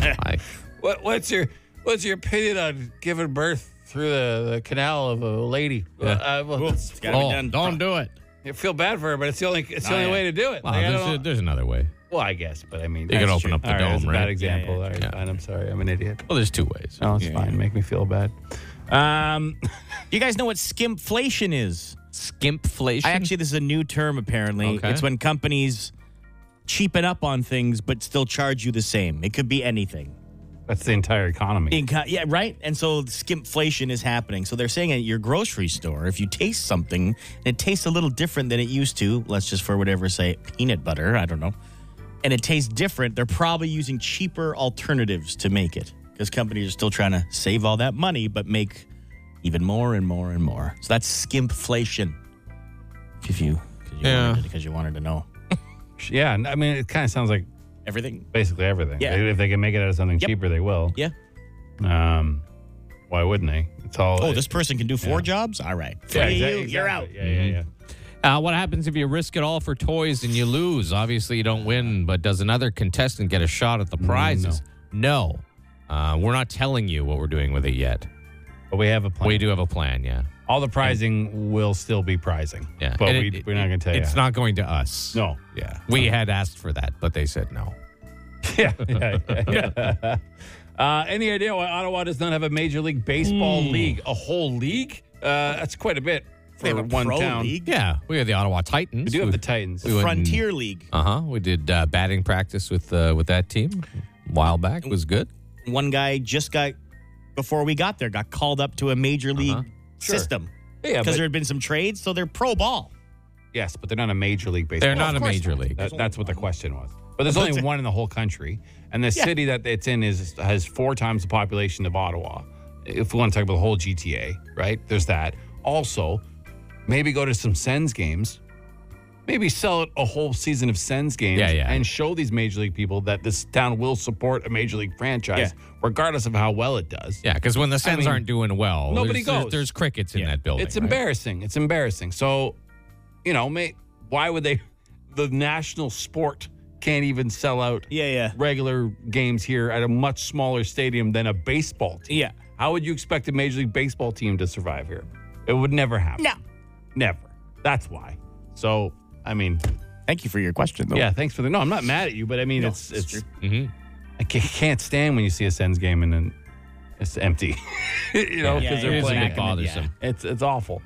[SPEAKER 3] I,
[SPEAKER 2] What, what's your what's your opinion on giving birth through the, the canal of a lady? Uh, well, it's-
[SPEAKER 4] gotta
[SPEAKER 3] oh, don't do it.
[SPEAKER 2] I feel bad for her, but it's the only it's the
[SPEAKER 4] Oh,
[SPEAKER 2] only
[SPEAKER 4] yeah.
[SPEAKER 2] way to do it.
[SPEAKER 3] Wow,
[SPEAKER 2] Like, I
[SPEAKER 3] there's,
[SPEAKER 2] don't-
[SPEAKER 3] there's another way.
[SPEAKER 2] well, I guess, but I mean,
[SPEAKER 3] You can
[SPEAKER 2] that's
[SPEAKER 3] open up the
[SPEAKER 2] All
[SPEAKER 3] dome,
[SPEAKER 2] that's a
[SPEAKER 3] right?
[SPEAKER 2] bad example.
[SPEAKER 4] Yeah, yeah,
[SPEAKER 2] All right,
[SPEAKER 3] yeah.
[SPEAKER 2] fine. I'm sorry. I'm an idiot.
[SPEAKER 3] Well, there's two ways.
[SPEAKER 2] No, Oh, it's fine. Make me feel bad. Um,
[SPEAKER 4] You guys know what skimpflation is?
[SPEAKER 3] Skimpflation.
[SPEAKER 4] I actually, this is a new term apparently.
[SPEAKER 3] Okay.
[SPEAKER 4] It's when companies cheapen up on things but still charge you the same. It could be anything.
[SPEAKER 2] that's the entire economy.
[SPEAKER 4] In co- yeah, right? And so skimpflation is happening. So they're saying at your grocery store, if you taste something and it tastes a little different than it used to, let's just for whatever say peanut butter, I don't know, and it tastes different, they're probably using cheaper alternatives to make it because companies are still trying to save all that money but make even more and more and more. So that's skimpflation. If you, because you,
[SPEAKER 3] Yeah.
[SPEAKER 4] wanted to- because you wanted to know
[SPEAKER 2] Yeah, and I mean, it kind of sounds like
[SPEAKER 4] everything.
[SPEAKER 2] basically everything.
[SPEAKER 4] Yeah.
[SPEAKER 2] If they can make it out of something
[SPEAKER 4] Yep.
[SPEAKER 2] cheaper, they will.
[SPEAKER 4] Yeah.
[SPEAKER 2] Um, Why wouldn't they? It's all.
[SPEAKER 4] Oh, this person can do four jobs? All right. Free
[SPEAKER 2] Yeah, exa-
[SPEAKER 4] you, you're out. Mm-hmm.
[SPEAKER 2] exactly. Yeah, yeah, yeah.
[SPEAKER 3] Uh, what happens if you risk it all for toys and you lose? Obviously, you don't win, but does another contestant get a shot
[SPEAKER 2] Mm,
[SPEAKER 3] at the prizes? No. Uh, we're not telling you what we're doing with it yet.
[SPEAKER 2] But we have a plan.
[SPEAKER 3] We do have a plan, yeah.
[SPEAKER 2] All the prizing will still be prizing.
[SPEAKER 3] Yeah.
[SPEAKER 2] But
[SPEAKER 3] And
[SPEAKER 2] we,
[SPEAKER 3] it-
[SPEAKER 2] we're not going to tell you.
[SPEAKER 3] It's not going to us.
[SPEAKER 2] No.
[SPEAKER 3] Yeah. We had asked for that, but they said no.
[SPEAKER 2] yeah, yeah, yeah, yeah. Uh, any idea why Ottawa does not have a Major League Baseball
[SPEAKER 3] Hmm.
[SPEAKER 2] league? A whole league? Uh, that's quite a bit for
[SPEAKER 4] They have a
[SPEAKER 2] one
[SPEAKER 4] pro
[SPEAKER 2] town.
[SPEAKER 4] league.
[SPEAKER 3] Yeah. We had the Ottawa Titans.
[SPEAKER 2] We do have the Titans.
[SPEAKER 3] went-
[SPEAKER 4] Frontier League.
[SPEAKER 3] Uh huh. We did uh, batting practice with uh, with that team a while back. It was good.
[SPEAKER 4] One guy just got, before we got there, got called up to a major
[SPEAKER 3] Uh-huh.
[SPEAKER 4] league
[SPEAKER 2] Sure.
[SPEAKER 4] system.
[SPEAKER 2] Yeah,
[SPEAKER 4] Because
[SPEAKER 2] but-
[SPEAKER 4] there had been some trades, so they're pro ball.
[SPEAKER 2] yes, but they're not a Major League Baseball.
[SPEAKER 3] They're not a major league.
[SPEAKER 2] That, that's what the question was. But there's only one in the whole country, and the
[SPEAKER 4] Yeah.
[SPEAKER 2] city that it's in is has four times the population of Ottawa. If we want to talk about the whole GTA, right? There's that. Also, maybe go to some Sens games. Maybe sell it a whole season of Sens games
[SPEAKER 3] Yeah, yeah.
[SPEAKER 2] and show these major league people that this town will support a major league franchise, regardless of how well it does.
[SPEAKER 3] Yeah, because when the Sens
[SPEAKER 2] mean,
[SPEAKER 3] aren't doing well,
[SPEAKER 2] nobody
[SPEAKER 3] there's, there's-
[SPEAKER 2] goes.
[SPEAKER 3] There's, crickets in that building.
[SPEAKER 2] It's
[SPEAKER 3] right?
[SPEAKER 2] embarrassing. It's embarrassing. So, you know, may, why would they? The national sport can't even sell out
[SPEAKER 4] Yeah, yeah.
[SPEAKER 2] regular games here at a much smaller stadium than a baseball team.
[SPEAKER 4] Yeah.
[SPEAKER 2] How would you expect a Major League Baseball team to survive here? It would never happen. No. Never. That's why. So, I mean,
[SPEAKER 4] Thank you for your question, though.
[SPEAKER 2] yeah, thanks for the. No, I'm not mad at you, but I mean, it's,
[SPEAKER 4] it's
[SPEAKER 2] it's,
[SPEAKER 4] Mm-hmm.
[SPEAKER 2] I ca- can't stand when you see a Sens game and then it's empty, you know,
[SPEAKER 4] Yeah,
[SPEAKER 2] because
[SPEAKER 4] it
[SPEAKER 2] they're
[SPEAKER 4] is a
[SPEAKER 2] playing
[SPEAKER 4] bit
[SPEAKER 2] it.
[SPEAKER 3] bothersome.
[SPEAKER 2] It's it's awful.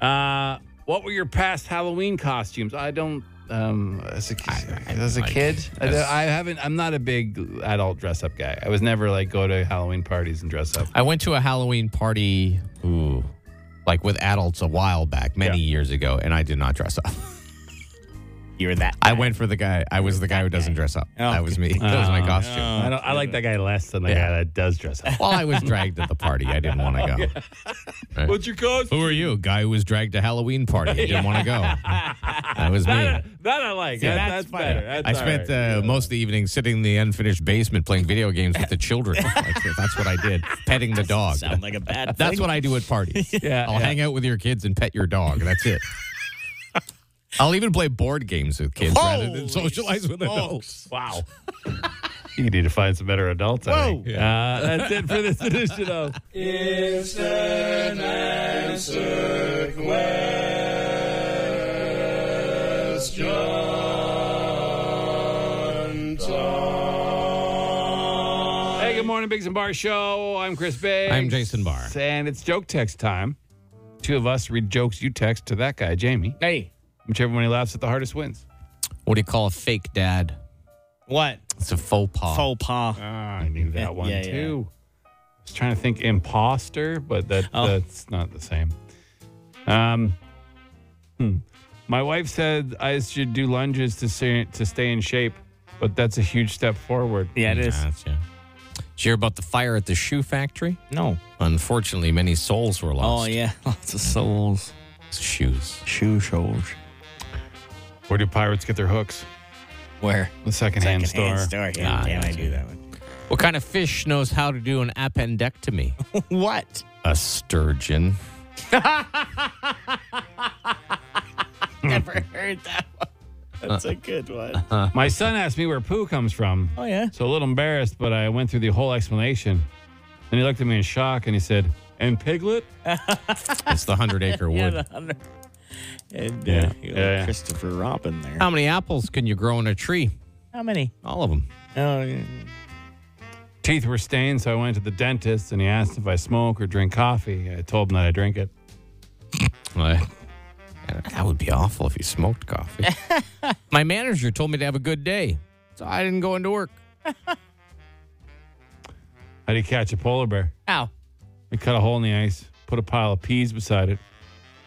[SPEAKER 2] Uh, what were your past Halloween costumes? I don't. Um, as a kid, as a
[SPEAKER 3] like-
[SPEAKER 2] kid, I,
[SPEAKER 3] as-
[SPEAKER 2] I haven't. I'm not a big adult dress up guy. I was never like go to Halloween parties and dress up.
[SPEAKER 3] I went to a Halloween party, ooh, like with adults a while back, many
[SPEAKER 2] Yeah.
[SPEAKER 3] years ago, and I did not dress up.
[SPEAKER 4] You're that.
[SPEAKER 3] I went for the guy. I was the guy who doesn't dress up.
[SPEAKER 4] Oh,
[SPEAKER 3] That was me. That was my costume.
[SPEAKER 2] I don't. I like that guy less than the guy that does dress up.
[SPEAKER 3] Well, I was dragged at the party. I didn't want to go. Right.
[SPEAKER 2] What's your costume?
[SPEAKER 3] Who are you? Guy who was dragged to Halloween party. I didn't want to go. That was me.
[SPEAKER 2] That, that I like.
[SPEAKER 3] Yeah.
[SPEAKER 2] That- that's, better. That's
[SPEAKER 3] I
[SPEAKER 2] all
[SPEAKER 3] spent
[SPEAKER 2] right.
[SPEAKER 3] uh, most of the evening sitting in the unfinished basement playing video games with the children. Like, that's what I did, petting the dog.
[SPEAKER 4] Sound like a bad
[SPEAKER 3] That's
[SPEAKER 4] thing.
[SPEAKER 3] what I do at parties.
[SPEAKER 2] Yeah,
[SPEAKER 3] I'll
[SPEAKER 2] yeah.
[SPEAKER 3] hang out with your kids and pet your dog. That's it. I'll even play board games with kids rather than socialize with adults.
[SPEAKER 2] Wow. you need to find some better adults. I think. Uh, that's it for this edition of Hey, good morning, Biggs and Bar Show. I'm Chris Biggs.
[SPEAKER 3] I'm Jason Barr.
[SPEAKER 2] And it's joke text time. Two of us read jokes you text to that guy, Jamie.
[SPEAKER 4] Hey,
[SPEAKER 2] Whichever one he laughs at the hardest wins.
[SPEAKER 3] What do you call a fake dad? Uh,
[SPEAKER 4] what?
[SPEAKER 3] It's a faux pas.
[SPEAKER 4] Faux pas.
[SPEAKER 2] Ah, I knew
[SPEAKER 4] Yeah,
[SPEAKER 2] that one
[SPEAKER 4] yeah, yeah.
[SPEAKER 2] too. I was trying to think imposter, but that
[SPEAKER 4] Oh.
[SPEAKER 2] that's not the same. Um, hmm. my wife said I should do lunges to stay, to stay in shape, but that's a huge step forward.
[SPEAKER 4] yeah, it is.
[SPEAKER 3] That's, yeah. Did you hear about the fire at the shoe factory?
[SPEAKER 4] No.
[SPEAKER 3] Unfortunately, many souls were
[SPEAKER 4] Oh,
[SPEAKER 3] lost.
[SPEAKER 4] yeah. Lots of souls.
[SPEAKER 3] Shoes.
[SPEAKER 4] Shoe shows.
[SPEAKER 2] Where do pirates get their hooks?
[SPEAKER 4] Where?
[SPEAKER 2] The secondhand, store.
[SPEAKER 4] store. Yeah,
[SPEAKER 3] Ah,
[SPEAKER 4] damn, I
[SPEAKER 3] yeah.
[SPEAKER 4] do that one.
[SPEAKER 3] What kind of fish knows how to do an appendectomy?
[SPEAKER 4] what?
[SPEAKER 3] a sturgeon.
[SPEAKER 4] Never heard that one. That's
[SPEAKER 3] Uh-huh.
[SPEAKER 4] a good one.
[SPEAKER 2] My son asked me where poo comes from.
[SPEAKER 4] Oh, yeah.
[SPEAKER 2] So a little embarrassed, but I went through the whole explanation. Then he looked at me in shock and he said, "And piglet?"
[SPEAKER 3] It's the hundred acre wood.
[SPEAKER 4] And, uh,
[SPEAKER 2] Yeah.
[SPEAKER 4] you
[SPEAKER 2] Yeah,
[SPEAKER 4] got
[SPEAKER 2] yeah.
[SPEAKER 4] Christopher Robin there.
[SPEAKER 3] How many apples can you grow on a tree?
[SPEAKER 4] How many?
[SPEAKER 3] All of them.
[SPEAKER 4] Oh, yeah.
[SPEAKER 2] Teeth were stained, so I went to the dentist and he asked if I smoke or drink coffee. I told him that I drink it.
[SPEAKER 3] that would be awful if you smoked coffee. My manager told me to have a good day, so I didn't go into work.
[SPEAKER 2] How do you catch a polar bear?
[SPEAKER 3] Ow.
[SPEAKER 2] I cut a hole in the ice, put a pile of peas beside it.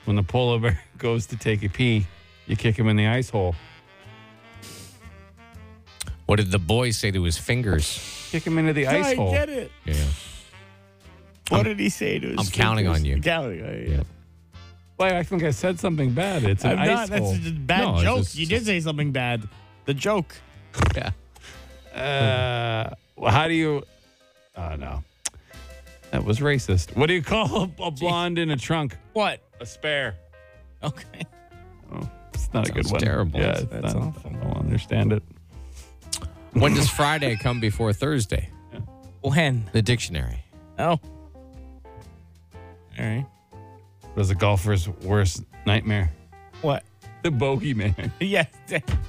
[SPEAKER 2] When the polar bear goes to take a pee, you kick him in the ice hole.
[SPEAKER 3] What did the boy say to his fingers?
[SPEAKER 2] Kick him into the ice
[SPEAKER 4] I
[SPEAKER 2] hole.
[SPEAKER 4] get it.
[SPEAKER 3] Yeah.
[SPEAKER 4] What did he say to his
[SPEAKER 3] I'm counting
[SPEAKER 4] fingers?
[SPEAKER 3] on you.
[SPEAKER 4] Counting on you.
[SPEAKER 3] Yeah.
[SPEAKER 2] Why, I think I said something bad. It's an
[SPEAKER 4] I'm
[SPEAKER 2] ice
[SPEAKER 4] not. That's
[SPEAKER 2] hole.
[SPEAKER 4] just a bad
[SPEAKER 3] No, it's
[SPEAKER 4] joke.
[SPEAKER 3] just-
[SPEAKER 4] you did say something bad. The joke.
[SPEAKER 3] yeah.
[SPEAKER 2] Uh, well, how do you? Oh no. That was racist. What do you call a, a blonde in a trunk?
[SPEAKER 4] What?
[SPEAKER 2] A spare.
[SPEAKER 4] Okay.
[SPEAKER 2] Oh, it's not a good
[SPEAKER 3] Sounds
[SPEAKER 2] one.
[SPEAKER 3] terrible.
[SPEAKER 2] Yeah, it's
[SPEAKER 3] That's
[SPEAKER 2] not- I don't understand it.
[SPEAKER 3] When does Friday come before Thursday?
[SPEAKER 4] When?
[SPEAKER 3] The dictionary.
[SPEAKER 4] Oh. All right.
[SPEAKER 2] What is a golfer's worst nightmare?
[SPEAKER 4] What?
[SPEAKER 2] The bogeyman.
[SPEAKER 4] Yes,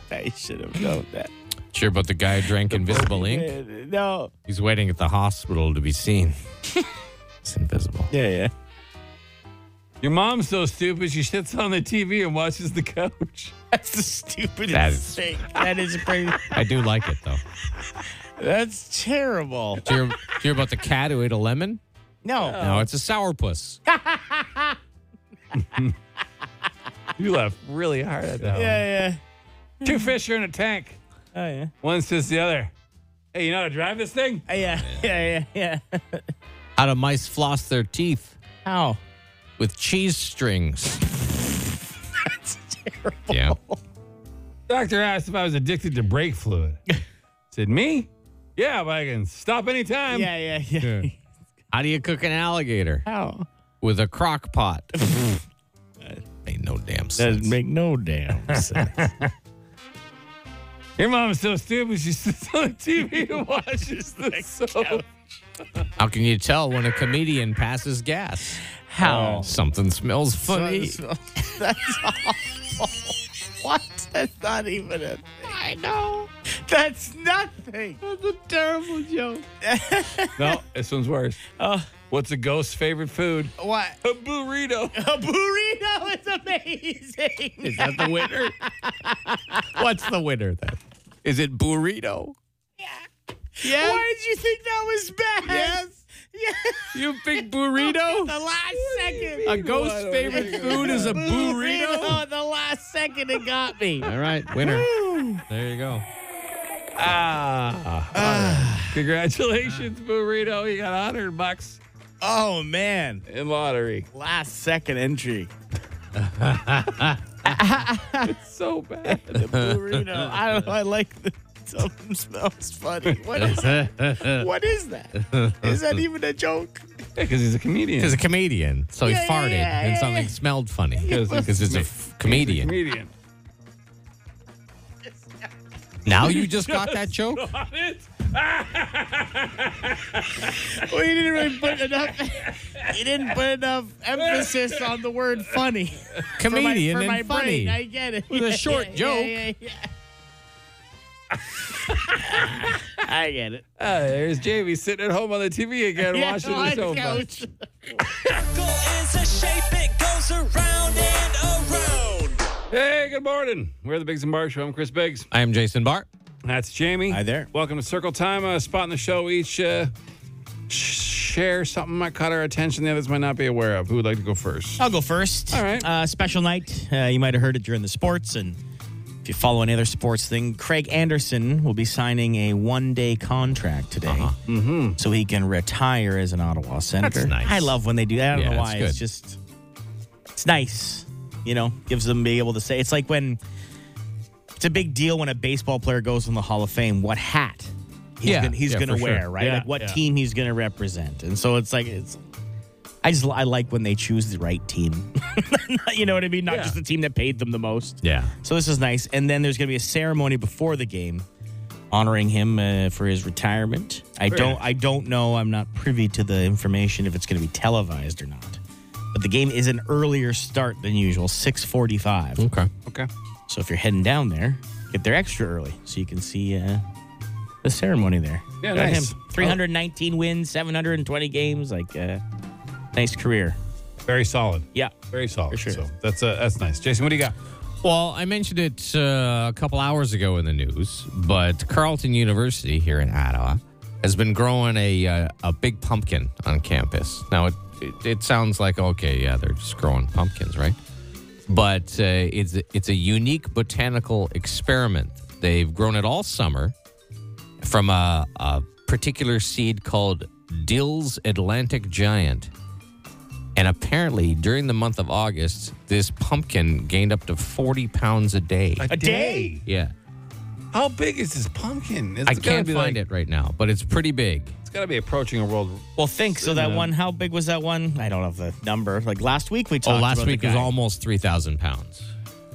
[SPEAKER 4] I should have known that. Uh,
[SPEAKER 3] Sure, but the guy drank invisible ink.
[SPEAKER 4] No.
[SPEAKER 3] He's waiting at the hospital to be seen. it's invisible.
[SPEAKER 4] Yeah, yeah.
[SPEAKER 2] Your mom's so stupid, she sits on the TV and watches the couch.
[SPEAKER 4] That's the stupidest
[SPEAKER 3] That is-
[SPEAKER 4] thing. That is pretty.
[SPEAKER 3] I do like it though.
[SPEAKER 4] That's terrible.
[SPEAKER 3] Do you hear, do you hear about the cat who ate a lemon?
[SPEAKER 4] No.
[SPEAKER 3] No, it's a sourpuss.
[SPEAKER 2] You laugh really hard at that.
[SPEAKER 4] Yeah,
[SPEAKER 2] one. Two fish are in a tank.
[SPEAKER 4] yeah. Oh, yeah.
[SPEAKER 2] One says to the other, Hey, you know how to drive this thing?
[SPEAKER 4] Oh, yeah. Yeah, yeah, yeah.
[SPEAKER 3] How do mice floss their teeth?
[SPEAKER 4] How?
[SPEAKER 3] With cheese strings.
[SPEAKER 4] That's terrible.
[SPEAKER 3] Yeah.
[SPEAKER 2] Doctor asked if I was addicted to brake fluid. said, Me? Yeah, but I can stop anytime.
[SPEAKER 4] Yeah, yeah, yeah.
[SPEAKER 3] How do you cook an alligator?
[SPEAKER 4] How?
[SPEAKER 3] With a crock pot. Ain't no damn sense.
[SPEAKER 4] Doesn't make no damn sense.
[SPEAKER 2] Your mom's so stupid, she sits on the TV and watches the soap.
[SPEAKER 3] How can you tell when a comedian passes gas? Uh,
[SPEAKER 4] How?
[SPEAKER 3] Something smells funny.
[SPEAKER 4] That's awful. what? That's not even a thing. I know. That's nothing. That's a terrible joke.
[SPEAKER 2] No, this one's worse.
[SPEAKER 3] Uh.
[SPEAKER 2] What's a ghost's favorite food?
[SPEAKER 4] What?
[SPEAKER 2] A burrito.
[SPEAKER 4] A burrito is amazing.
[SPEAKER 3] Is that the winner? What's the winner then? Is it burrito?
[SPEAKER 4] Yes. Why did you think that was bad? Yes. Yeah.
[SPEAKER 3] You think burrito?
[SPEAKER 4] The last second.
[SPEAKER 3] A ghost's favorite food is a burrito?
[SPEAKER 4] Burrito. The last second it got me.
[SPEAKER 3] All right, winner. There you go.
[SPEAKER 2] Congratulations, burrito. You got 100 bucks
[SPEAKER 4] Oh man.
[SPEAKER 2] in lottery.
[SPEAKER 4] Last second entry.
[SPEAKER 2] So bad.
[SPEAKER 4] burrito. I don't know. I like the something smells funny. What is, what is that? Is that even a joke?
[SPEAKER 2] Because he's a comedian.
[SPEAKER 3] He's a comedian, so he
[SPEAKER 4] Yeah, yeah,
[SPEAKER 3] farted
[SPEAKER 4] yeah,
[SPEAKER 3] and
[SPEAKER 4] yeah,
[SPEAKER 3] something
[SPEAKER 4] yeah.
[SPEAKER 3] smelled funny.
[SPEAKER 2] Because he's a
[SPEAKER 3] Because it's a
[SPEAKER 2] comed-
[SPEAKER 3] f- comedian.
[SPEAKER 2] comedian.
[SPEAKER 3] Now you just got that joke?
[SPEAKER 4] Well, you Oh, didn't really put enough. You didn't put enough emphasis on the word funny. For my-
[SPEAKER 3] Comedian
[SPEAKER 4] for my,
[SPEAKER 3] and funny.
[SPEAKER 4] brain, I get it.
[SPEAKER 3] With a short
[SPEAKER 4] Yeah,
[SPEAKER 3] joke.
[SPEAKER 4] yeah, yeah, yeah. I get it.
[SPEAKER 2] Ah, there's Jamie sitting at home on the TV again
[SPEAKER 4] Yeah,
[SPEAKER 2] watching
[SPEAKER 4] on
[SPEAKER 2] the
[SPEAKER 4] the
[SPEAKER 2] sofa.
[SPEAKER 4] couch.
[SPEAKER 2] Hey, good morning. We're the Biggs and Barr Show. I'm Chris Biggs.
[SPEAKER 3] I am Jason Bart.
[SPEAKER 2] That's Jamie.
[SPEAKER 4] Hi there.
[SPEAKER 2] Welcome to Circle Time, a spot in the show. We each uh, sh- share something that caught our attention the others might not be aware of. Who would like to go first?
[SPEAKER 4] I'll go first.
[SPEAKER 2] All right.
[SPEAKER 4] Uh, special night. Uh, you might have heard it during the sports, and if you follow any other sports thing, Craig Anderson will be signing a one-day contract today,
[SPEAKER 3] Uh-huh.
[SPEAKER 4] mm-hmm. so he can retire as an Ottawa Senator.
[SPEAKER 3] nice.
[SPEAKER 4] I love when they do that. I don't
[SPEAKER 3] Yeah,
[SPEAKER 4] know
[SPEAKER 3] it's
[SPEAKER 4] why. It's
[SPEAKER 3] good.
[SPEAKER 4] just it's nice. You know, gives them be able to say it's like when it's a big deal when a baseball player goes in the Hall of Fame. What hat? He's
[SPEAKER 3] Yeah,
[SPEAKER 4] gonna, he's
[SPEAKER 3] yeah,
[SPEAKER 4] gonna
[SPEAKER 3] for
[SPEAKER 4] wear
[SPEAKER 3] sure.
[SPEAKER 4] right.
[SPEAKER 2] Yeah,
[SPEAKER 4] like what
[SPEAKER 2] yeah.
[SPEAKER 4] team he's gonna represent, and so it's like it's I just I like when they choose the right team. you know what I mean? Not just the team that paid them the most.
[SPEAKER 3] Yeah.
[SPEAKER 4] So this is nice. And then there's going to be a ceremony before the game honoring him uh, for his retirement. I don't I don't know. I'm not privy to the information if it's going to be televised or not. But the game is an earlier start than usual, 6:45.
[SPEAKER 3] Okay.
[SPEAKER 2] Okay.
[SPEAKER 4] So if you're heading down there, get there extra early so you can see uh, the ceremony there.
[SPEAKER 2] Yeah,
[SPEAKER 4] Good on
[SPEAKER 2] nice.
[SPEAKER 4] him. 319 wins, 720 games, like uh, nice career.
[SPEAKER 2] Very solid.
[SPEAKER 4] Yeah.
[SPEAKER 2] Very solid.
[SPEAKER 4] For sure.
[SPEAKER 2] So that's uh, that's nice. Jason, what do you got?
[SPEAKER 3] Well, I mentioned it uh, a couple hours ago in the news, but Carleton University here in Ottawa has been growing a uh, a big pumpkin on campus. Now it, it it sounds like okay, yeah, they're just growing pumpkins, right? But uh, it's it's a unique botanical experiment. They've grown it all summer from a, a particular seed called Dill's Atlantic Giant. And apparently, during the month of August, this pumpkin gained up to 40 pounds a day.
[SPEAKER 4] day?
[SPEAKER 3] yeah.
[SPEAKER 2] How big is this pumpkin?
[SPEAKER 3] I can't find it right now, but it's pretty big.
[SPEAKER 2] It's got to be approaching a world.
[SPEAKER 4] Well, think so. That one, how big was that one? I don't know the number. Like last week we
[SPEAKER 3] Oh,
[SPEAKER 4] talked.
[SPEAKER 3] last
[SPEAKER 4] about
[SPEAKER 3] week
[SPEAKER 4] the
[SPEAKER 3] was
[SPEAKER 4] guy.
[SPEAKER 3] almost 3,000 pounds.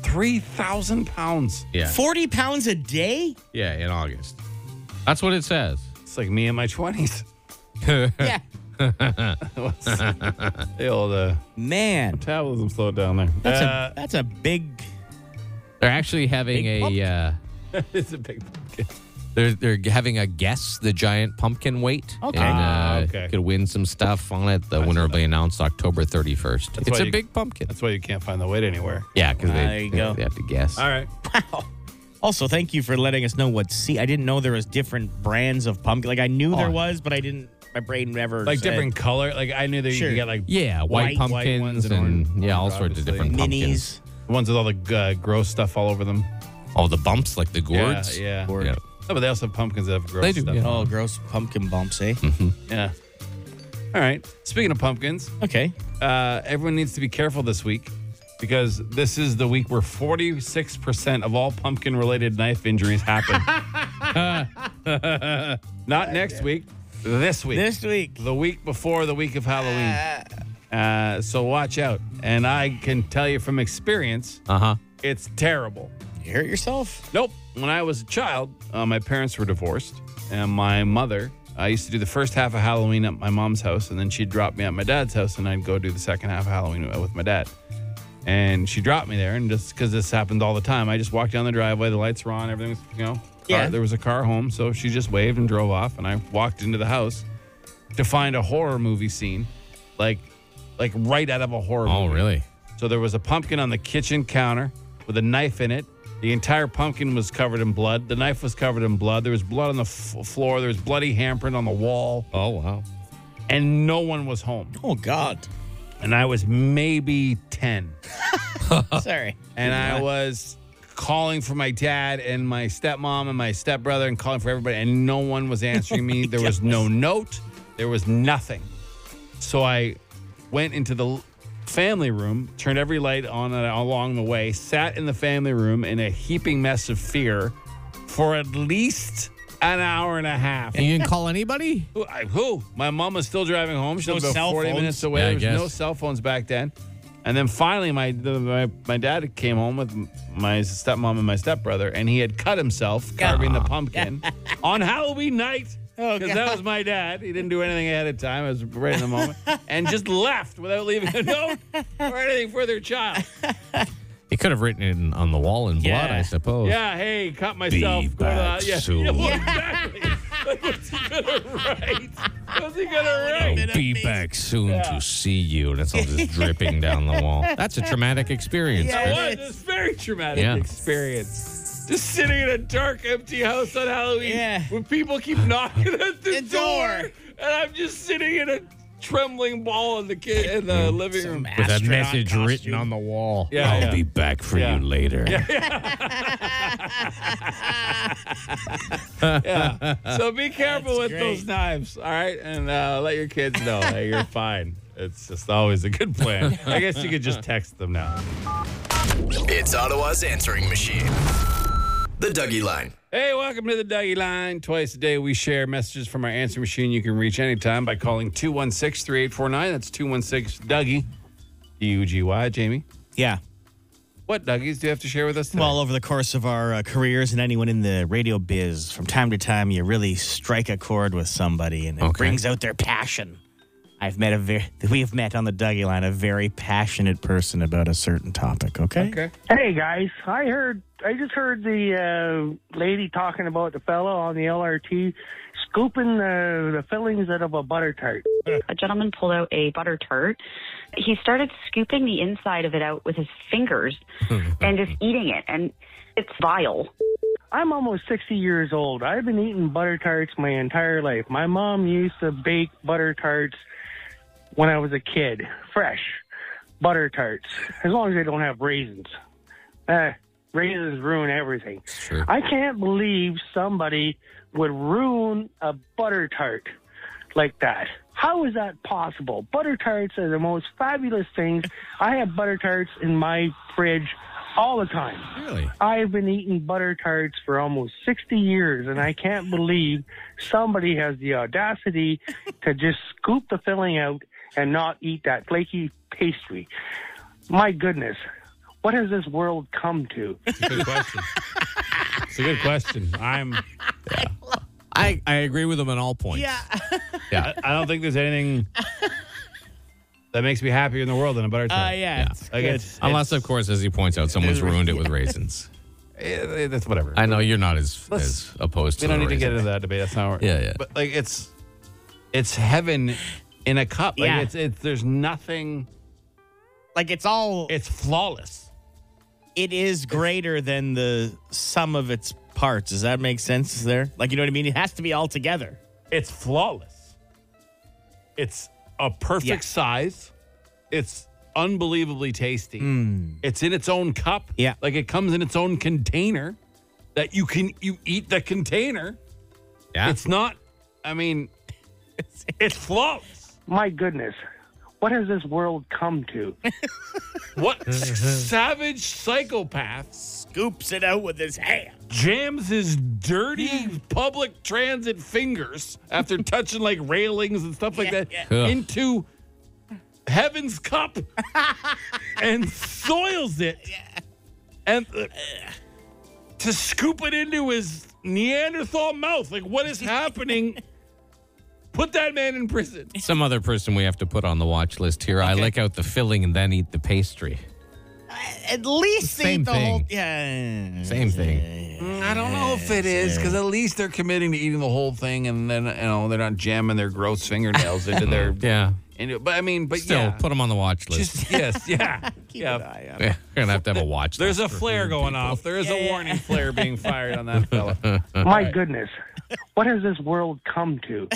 [SPEAKER 2] 3,000 pounds.
[SPEAKER 3] Yeah.
[SPEAKER 4] forty pounds a day.
[SPEAKER 3] Yeah, in August. That's what it says.
[SPEAKER 2] It's like me in my 20s.
[SPEAKER 4] Yeah,
[SPEAKER 2] The old uh,
[SPEAKER 4] man,
[SPEAKER 2] metabolism slowed down there.
[SPEAKER 4] that's
[SPEAKER 2] Uh,
[SPEAKER 4] a that's a big.
[SPEAKER 3] They're actually having
[SPEAKER 4] Big
[SPEAKER 3] a
[SPEAKER 4] pumpkin.
[SPEAKER 3] uh,
[SPEAKER 2] it's a big pumpkin.
[SPEAKER 3] they're they're having a guess the giant pumpkin weight.
[SPEAKER 4] Okay.
[SPEAKER 3] and,
[SPEAKER 2] Ah,
[SPEAKER 3] uh,
[SPEAKER 2] okay.
[SPEAKER 3] could win some stuff on it. The winner will be announced October thirty first. It's
[SPEAKER 2] why
[SPEAKER 3] a
[SPEAKER 2] you-
[SPEAKER 3] big pumpkin.
[SPEAKER 2] That's why you can't find the weight anywhere.
[SPEAKER 3] Yeah, because they,
[SPEAKER 4] Ah, there you
[SPEAKER 3] they-
[SPEAKER 4] go.
[SPEAKER 3] they have to guess.
[SPEAKER 2] All right.
[SPEAKER 4] Wow. Also, thank you for letting us know what sea. I didn't know there was different brands of pumpkin. Like I knew there was, but I didn't. My brain never
[SPEAKER 2] Like
[SPEAKER 4] said
[SPEAKER 2] different color. Like I knew that you
[SPEAKER 4] Sure.
[SPEAKER 2] could get like
[SPEAKER 3] Yeah, white,
[SPEAKER 2] White- white
[SPEAKER 3] pumpkins
[SPEAKER 2] ones
[SPEAKER 3] and,
[SPEAKER 2] and orange-
[SPEAKER 3] yeah, all
[SPEAKER 2] orange,
[SPEAKER 3] sorts of
[SPEAKER 2] obviously.
[SPEAKER 3] different pumpkins.
[SPEAKER 4] minis.
[SPEAKER 2] the ones with all the uh, gross stuff all over them.
[SPEAKER 3] Oh, the bumps like the gourds.
[SPEAKER 2] Yeah. yeah.
[SPEAKER 4] Gourd.
[SPEAKER 3] Yeah.
[SPEAKER 2] No, but they also have pumpkins that have gross
[SPEAKER 3] They do,
[SPEAKER 2] stuff.
[SPEAKER 3] yeah.
[SPEAKER 4] Oh, gross pumpkin bumps, eh?
[SPEAKER 3] Hmm.
[SPEAKER 2] Yeah. All right. Speaking of pumpkins,
[SPEAKER 4] okay.
[SPEAKER 2] uh, everyone needs to be careful this week because this is the week where 46% of all pumpkin related knife injuries happen. Not next week, this week.
[SPEAKER 4] This week,
[SPEAKER 2] the week before the week of Halloween. Uh, so watch out. And I can tell you from experience,
[SPEAKER 3] Uh huh.
[SPEAKER 2] it's terrible.
[SPEAKER 4] you hurt yourself.
[SPEAKER 2] Nope. When I was a child, uh, my parents were divorced, and my mother. I used to do the first half of Halloween at my mom's house, and then she'd drop me at my dad's house, and I'd go do the second half of Halloween with my dad. And she dropped me there, and just because this happened all the time, I just walked down the driveway, the lights were on, everything was, you know, car-
[SPEAKER 4] Yeah.
[SPEAKER 2] there was a car home, so she just waved and drove off, and I walked into the house to find a horror movie scene, like, like right out of a horror
[SPEAKER 3] Oh,
[SPEAKER 2] movie.
[SPEAKER 3] really?
[SPEAKER 2] So there was a pumpkin on the kitchen counter with a knife in it. The entire pumpkin was covered in blood. The knife was covered in blood. There was blood on the f- floor. There was bloody handprint on the wall,
[SPEAKER 3] Oh, wow.
[SPEAKER 2] and no one was home.
[SPEAKER 4] Oh God.
[SPEAKER 2] And I was maybe 10.
[SPEAKER 4] Sorry.
[SPEAKER 2] And I was calling for my dad and my stepmom and my stepbrother and calling for everybody, and no one was answering me. There was no note, there was nothing. So I went into the l- family room, turned every light on and along the way, sat in the family room in a heaping mess of fear for at least an hour and a half.
[SPEAKER 3] And you didn't call anybody?
[SPEAKER 2] Who? I- who? My mom was still driving home. She
[SPEAKER 4] No
[SPEAKER 2] was about
[SPEAKER 4] cell
[SPEAKER 2] 40
[SPEAKER 4] phones?
[SPEAKER 2] minutes away.
[SPEAKER 3] Yeah, I
[SPEAKER 2] there was no
[SPEAKER 3] guess.
[SPEAKER 2] cell phones back then. And then finally, my, the, my my dad came home with my stepmom and my stepbrother, and he had cut himself carving
[SPEAKER 3] Oh,
[SPEAKER 2] the pumpkin on Halloween night.
[SPEAKER 4] Oh,
[SPEAKER 2] Because that was my dad. He didn't do anything ahead of time. It was right in the moment. and just left without leaving a note or anything for their child.
[SPEAKER 3] He could have written it in- on the wall in blood,
[SPEAKER 4] Yeah.
[SPEAKER 3] I suppose.
[SPEAKER 2] Yeah, hey, cut myself.
[SPEAKER 3] Oh. Be
[SPEAKER 2] go to the-
[SPEAKER 3] back
[SPEAKER 2] yeah.
[SPEAKER 3] soon.
[SPEAKER 2] Yeah, well, exactly. Like, what's he going to write? What's he going to write?
[SPEAKER 3] Be back soon to see you. And it's all just dripping down the wall. That's a traumatic experience.
[SPEAKER 4] Yeah.
[SPEAKER 3] Chris.
[SPEAKER 2] was. It was a very traumatic
[SPEAKER 3] Yeah.
[SPEAKER 2] experience. Just sitting in a dark, empty house on Halloween
[SPEAKER 4] Yeah.
[SPEAKER 2] when people keep knocking at the,
[SPEAKER 4] The
[SPEAKER 2] door.
[SPEAKER 4] door.
[SPEAKER 2] and I'm just sitting in a trembling ball in the ki in the living room.
[SPEAKER 3] With a message written on the wall.
[SPEAKER 2] Yeah,
[SPEAKER 3] I'll
[SPEAKER 2] yeah.
[SPEAKER 3] be back for
[SPEAKER 2] Yeah.
[SPEAKER 3] you later.
[SPEAKER 2] So be careful with
[SPEAKER 4] That's great.
[SPEAKER 2] those knives, all right? And uh, let your kids know that you're fine. It's just always a good plan. I guess you could just text them now.
[SPEAKER 5] It's Ottawa's answering machine. The Dougie Line.
[SPEAKER 2] Hey, welcome to the Dougie Line. Twice a day, we share messages from our answer machine. You can reach anytime by calling 216 3849. That's 216 Dougie. D U G Y, Jamie.
[SPEAKER 4] Yeah.
[SPEAKER 2] What Dougies do you have to share with us today?
[SPEAKER 4] Well, over the course of our uh, careers and anyone in the radio biz, from time to time you really strike a chord with somebody and it
[SPEAKER 3] Okay.
[SPEAKER 4] brings out their passion. I've met a very, we have met on the Dougie line a very passionate person about a certain topic, okay?
[SPEAKER 2] okay.
[SPEAKER 12] Hey guys, I heard I just heard the uh, lady talking about the fellow on the LRT scooping the, the fillings out of a butter tart.
[SPEAKER 13] a gentleman pulled out a butter tart. He started scooping the inside of it out with his fingers and just eating it. And it's vile.
[SPEAKER 12] I'm almost 60 years old. I've been eating butter tarts my entire life. My mom used to bake butter tarts when I was a kid, fresh butter tarts, as long as they don't have raisins. Eh, raisins ruin everything.
[SPEAKER 3] Sure.
[SPEAKER 12] I can't believe somebody would ruin a butter tart like that. How is that possible? Butter tarts are the most fabulous things. I have butter tarts in my fridge all the time.
[SPEAKER 3] Really?
[SPEAKER 12] I've been eating butter tarts for almost 60 years, and I can't believe somebody has the audacity to just scoop the filling out and not eat that flaky pastry. My goodness, what has this world come to?
[SPEAKER 2] Good question. It's a good question. I'm.
[SPEAKER 3] I, I agree with him on all points.
[SPEAKER 2] Yeah. yeah. I, I don't think there's anything that makes me happier in the world than a butter tart.
[SPEAKER 4] Uh, yeah, it's
[SPEAKER 2] Like
[SPEAKER 4] good.
[SPEAKER 2] it's,
[SPEAKER 3] Unless, of course, as he points out, someone's ruined it with raisins.
[SPEAKER 2] eh, that's whatever.
[SPEAKER 3] I know you're not as,
[SPEAKER 2] Let's-
[SPEAKER 3] as opposed to
[SPEAKER 2] We don't
[SPEAKER 3] the
[SPEAKER 2] need to get
[SPEAKER 3] raisins.
[SPEAKER 2] into that debate. That's not.
[SPEAKER 3] Yeah, yeah.
[SPEAKER 2] But like, it's it's heaven in a cup. Like,
[SPEAKER 4] Yeah.
[SPEAKER 2] It's, it's there's nothing.
[SPEAKER 4] Like it's all
[SPEAKER 2] It's flawless.
[SPEAKER 4] it is greater than the sum of its parts. Does that make sense there? Like you know what I mean? It has to be all together.
[SPEAKER 2] It's flawless. It's a perfect
[SPEAKER 4] Yeah.
[SPEAKER 2] size. It's unbelievably tasty.
[SPEAKER 3] Hmm.
[SPEAKER 2] It's in its own cup.
[SPEAKER 4] Yeah.
[SPEAKER 2] Like it comes in its own container that you can you eat the container.
[SPEAKER 3] Yeah.
[SPEAKER 2] It's not I mean it's flawless.
[SPEAKER 12] My goodness, what has this world come to?
[SPEAKER 2] What savage psychopath
[SPEAKER 4] Scoops it out with his hand.
[SPEAKER 2] jams his dirty public transit fingers after touching like railings and stuff like that
[SPEAKER 3] yeah. Ugh.
[SPEAKER 2] into heaven's cup and soils it and uh, to scoop it into his Neanderthal mouth. Like, what is happening? Put that man in prison.
[SPEAKER 3] Some other person we have to put on the watch list here. I lick out the filling and then eat the pastry.
[SPEAKER 4] At least
[SPEAKER 3] Same
[SPEAKER 4] eat the
[SPEAKER 3] thing.
[SPEAKER 4] whole yeah.
[SPEAKER 3] Same thing.
[SPEAKER 2] I don't know if it is because at least they're committing to eating the whole thing, and then you know they're not jamming their gross fingernails into their.
[SPEAKER 3] Yeah.
[SPEAKER 2] Into, but I mean, but
[SPEAKER 3] Still,
[SPEAKER 2] yeah,
[SPEAKER 3] put them on the watch list.
[SPEAKER 2] just yes, yeah,
[SPEAKER 4] Keep an
[SPEAKER 2] yeah.
[SPEAKER 4] eye on it.
[SPEAKER 3] yeah, we're gonna have to have a watch.
[SPEAKER 2] There's
[SPEAKER 3] list.
[SPEAKER 2] a flare going off. There is a warning flare being fired on that fella.
[SPEAKER 12] My goodness, what has this world come to?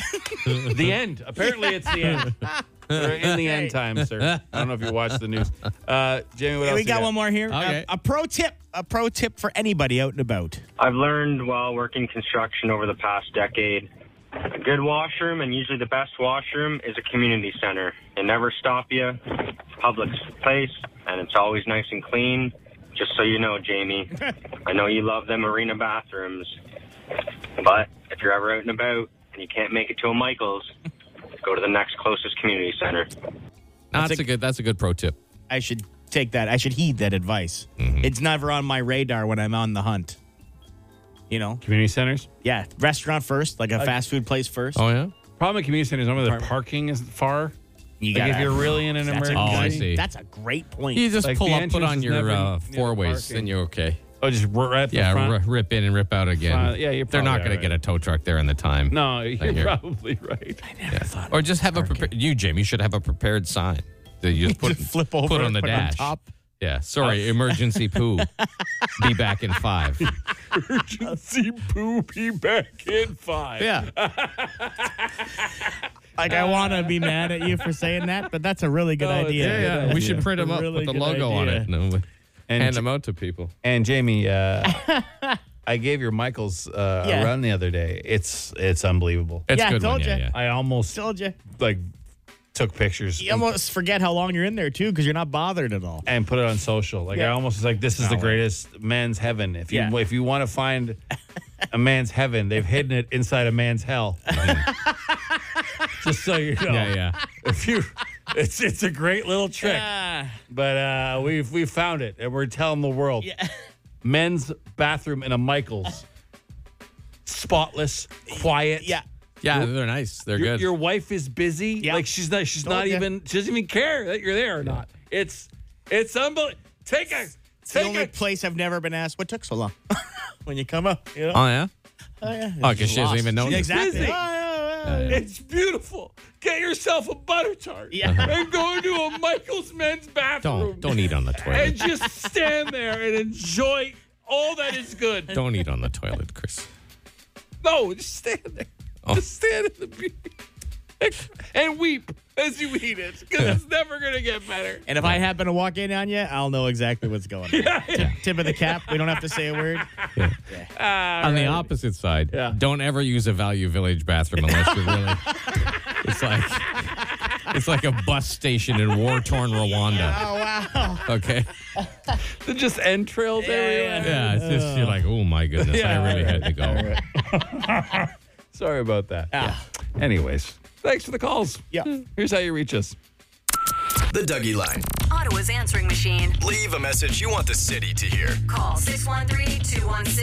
[SPEAKER 2] the end. Apparently, it's the end. We're in the end time, sir. I don't know if you watched the news. Uh, Jamie, what
[SPEAKER 4] Yeah,
[SPEAKER 2] else?
[SPEAKER 4] we
[SPEAKER 2] you
[SPEAKER 4] got one more here. Uh,
[SPEAKER 3] Okay.
[SPEAKER 4] A, a pro tip. A pro tip for anybody out and about.
[SPEAKER 14] I've learned while working construction over the past decade a good washroom and usually the best washroom is a community center. They never stop you. It's a public place and it's always nice and clean. Just so you know, Jamie, I know you love them arena bathrooms, but if you're ever out and about and you can't make it to a Michael's, go to the next closest community center.
[SPEAKER 3] That's, a, good. That's a good pro tip.
[SPEAKER 4] I should take that. I should heed that advice.
[SPEAKER 3] Mm-hmm.
[SPEAKER 4] It's never on my radar when I'm on the hunt. You know,
[SPEAKER 2] Community centers.
[SPEAKER 4] yeah, restaurant first, like a fast food place first.
[SPEAKER 3] Uh, Oh yeah.
[SPEAKER 2] Problem with community centers, remember the parking is far.
[SPEAKER 4] you
[SPEAKER 2] Like
[SPEAKER 4] gotta-
[SPEAKER 2] if you're really in an
[SPEAKER 4] That's a
[SPEAKER 2] emergency.
[SPEAKER 3] Oh, I
[SPEAKER 4] great-
[SPEAKER 3] see.
[SPEAKER 4] That's a great point.
[SPEAKER 3] You just
[SPEAKER 2] Like,
[SPEAKER 3] pull
[SPEAKER 2] the
[SPEAKER 3] up, put
[SPEAKER 2] entrance
[SPEAKER 3] on
[SPEAKER 2] is
[SPEAKER 3] your
[SPEAKER 2] never
[SPEAKER 3] uh,
[SPEAKER 2] near the
[SPEAKER 3] four ways,
[SPEAKER 2] parking.
[SPEAKER 3] then you're okay.
[SPEAKER 2] Oh, just r- right at the
[SPEAKER 3] Yeah,
[SPEAKER 2] front.
[SPEAKER 3] r- rip in and rip out again.
[SPEAKER 2] Front, yeah, you're
[SPEAKER 3] they're not
[SPEAKER 2] probably
[SPEAKER 3] going
[SPEAKER 2] all
[SPEAKER 3] to get a tow truck there in the time.
[SPEAKER 2] No, you're
[SPEAKER 3] you're-
[SPEAKER 2] probably right.
[SPEAKER 3] Or just have a prepared. You, Jim, you should have a prepared sign that you just put
[SPEAKER 4] Just flip over
[SPEAKER 3] put on
[SPEAKER 4] and
[SPEAKER 3] the
[SPEAKER 4] put it on
[SPEAKER 3] dash.
[SPEAKER 4] top. Oh.
[SPEAKER 3] Yeah. Sorry, emergency poo. Be back in five.
[SPEAKER 2] See Poopy back in five.
[SPEAKER 4] yeah. like I want to be mad at you for saying that, but that's a really good
[SPEAKER 3] Oh,
[SPEAKER 2] No, it's
[SPEAKER 4] idea.
[SPEAKER 2] a good
[SPEAKER 3] Yeah, we should print them up
[SPEAKER 4] Really
[SPEAKER 3] with the
[SPEAKER 4] good
[SPEAKER 3] logo on
[SPEAKER 4] idea.
[SPEAKER 3] it and then we
[SPEAKER 2] And
[SPEAKER 3] hand
[SPEAKER 2] J-
[SPEAKER 3] them out to people.
[SPEAKER 2] And Jamie, uh, I gave your Michaels uh,
[SPEAKER 4] Yeah.
[SPEAKER 2] a run the other day. It's it's unbelievable.
[SPEAKER 3] It's
[SPEAKER 4] Yeah,
[SPEAKER 3] a good
[SPEAKER 4] told
[SPEAKER 3] one. Yeah,
[SPEAKER 4] ya.
[SPEAKER 3] yeah.
[SPEAKER 2] I almost
[SPEAKER 4] Told you.
[SPEAKER 2] like took pictures
[SPEAKER 4] You almost forget how long you're in there too, because you're not bothered at all.
[SPEAKER 2] and put it on social. Like I
[SPEAKER 4] Yeah.
[SPEAKER 2] almost was like, this is
[SPEAKER 3] Oh.
[SPEAKER 2] the greatest man's heaven. If you
[SPEAKER 4] Yeah.
[SPEAKER 2] if you want to find a man's heaven, they've hidden it inside a man's hell. Just so you know,
[SPEAKER 3] Yeah, yeah.
[SPEAKER 2] if you, it's it's a great little trick.
[SPEAKER 4] Ah,
[SPEAKER 2] But uh, we've we found it, and we're telling the world. Men's bathroom in a Michaels, spotless, quiet.
[SPEAKER 4] yeah.
[SPEAKER 3] Yeah, they're nice. They're
[SPEAKER 2] your,
[SPEAKER 3] good.
[SPEAKER 2] your wife is busy.
[SPEAKER 4] Yeah. Oh,
[SPEAKER 2] Like she's not. She's not
[SPEAKER 4] yeah.
[SPEAKER 2] even. She doesn't even care that you're there or not. It's it's unbelievable. Take a
[SPEAKER 4] It's the
[SPEAKER 2] take
[SPEAKER 4] only
[SPEAKER 2] a.
[SPEAKER 4] place I've never been asked what took so long when you come up. You know?
[SPEAKER 3] oh yeah.
[SPEAKER 4] oh yeah.
[SPEAKER 3] Oh, because she doesn't
[SPEAKER 4] Lost.
[SPEAKER 3] even know.
[SPEAKER 4] Exactly.
[SPEAKER 2] busy.
[SPEAKER 4] Oh, yeah, yeah, yeah.
[SPEAKER 2] It's beautiful. Get yourself a butter tart.
[SPEAKER 4] Yeah.
[SPEAKER 2] And go into a Michael's men's bathroom.
[SPEAKER 3] Don't don't eat on the toilet.
[SPEAKER 2] And just stand there and enjoy all that is good.
[SPEAKER 3] don't eat on the toilet, Chris.
[SPEAKER 2] No, just stand there.
[SPEAKER 3] Oh.
[SPEAKER 2] Just stand in the beauty. And weep as you eat it because it's never going to get better.
[SPEAKER 4] And if I happen to walk in on you, I'll know exactly what's going on. Tip of the cap. We don't have to say a word.
[SPEAKER 3] on the opposite side,
[SPEAKER 2] Yeah.
[SPEAKER 3] don't ever use a Value Village bathroom unless you're really. it's like It's like a bus station in war torn Rwanda.
[SPEAKER 15] Oh wow.
[SPEAKER 3] Okay.
[SPEAKER 2] They're just entrails everywhere.
[SPEAKER 3] Yeah, it's just you're like, oh my goodness,
[SPEAKER 2] Uh. Yeah,
[SPEAKER 3] I really
[SPEAKER 2] all
[SPEAKER 3] had to go.
[SPEAKER 2] Sorry about that. Yeah. Anyways, thanks for the calls. Yeah. Here's how you reach us.
[SPEAKER 5] The Dougie Line.
[SPEAKER 1] Ottawa's answering machine.
[SPEAKER 5] Leave a message you want the city to hear.
[SPEAKER 1] Call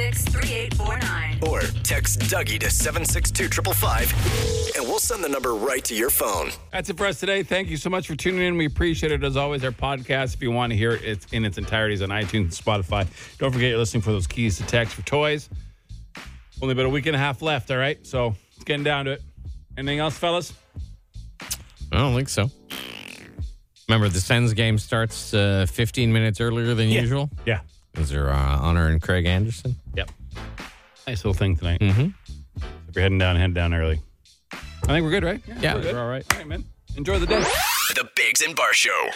[SPEAKER 1] 613-216-3849.
[SPEAKER 5] Or text Dougie to 762 555 and we'll send the number right to your phone.
[SPEAKER 2] That's it for us today. Thank you so much for tuning in. We appreciate it as always. Our podcast, if you want to hear it it's in its entirety, is on iTunes and Spotify. Don't forget you're listening for those keys to text for toys. Only about a week and a half left, all right? So it's getting down to it. Anything else, fellas?
[SPEAKER 3] I don't think so. Remember, the Sens game starts uh, 15 minutes earlier than usual.
[SPEAKER 2] Yeah.
[SPEAKER 3] Is there uh, Honor and Craig Anderson?
[SPEAKER 2] Yep. Nice little thing tonight. Mm-hmm. If you're heading down, head down early. I think we're good, right?
[SPEAKER 3] Yeah.
[SPEAKER 2] We're, good. we're all right. All right, man. Enjoy the day.
[SPEAKER 5] The Biggs and Bar Show.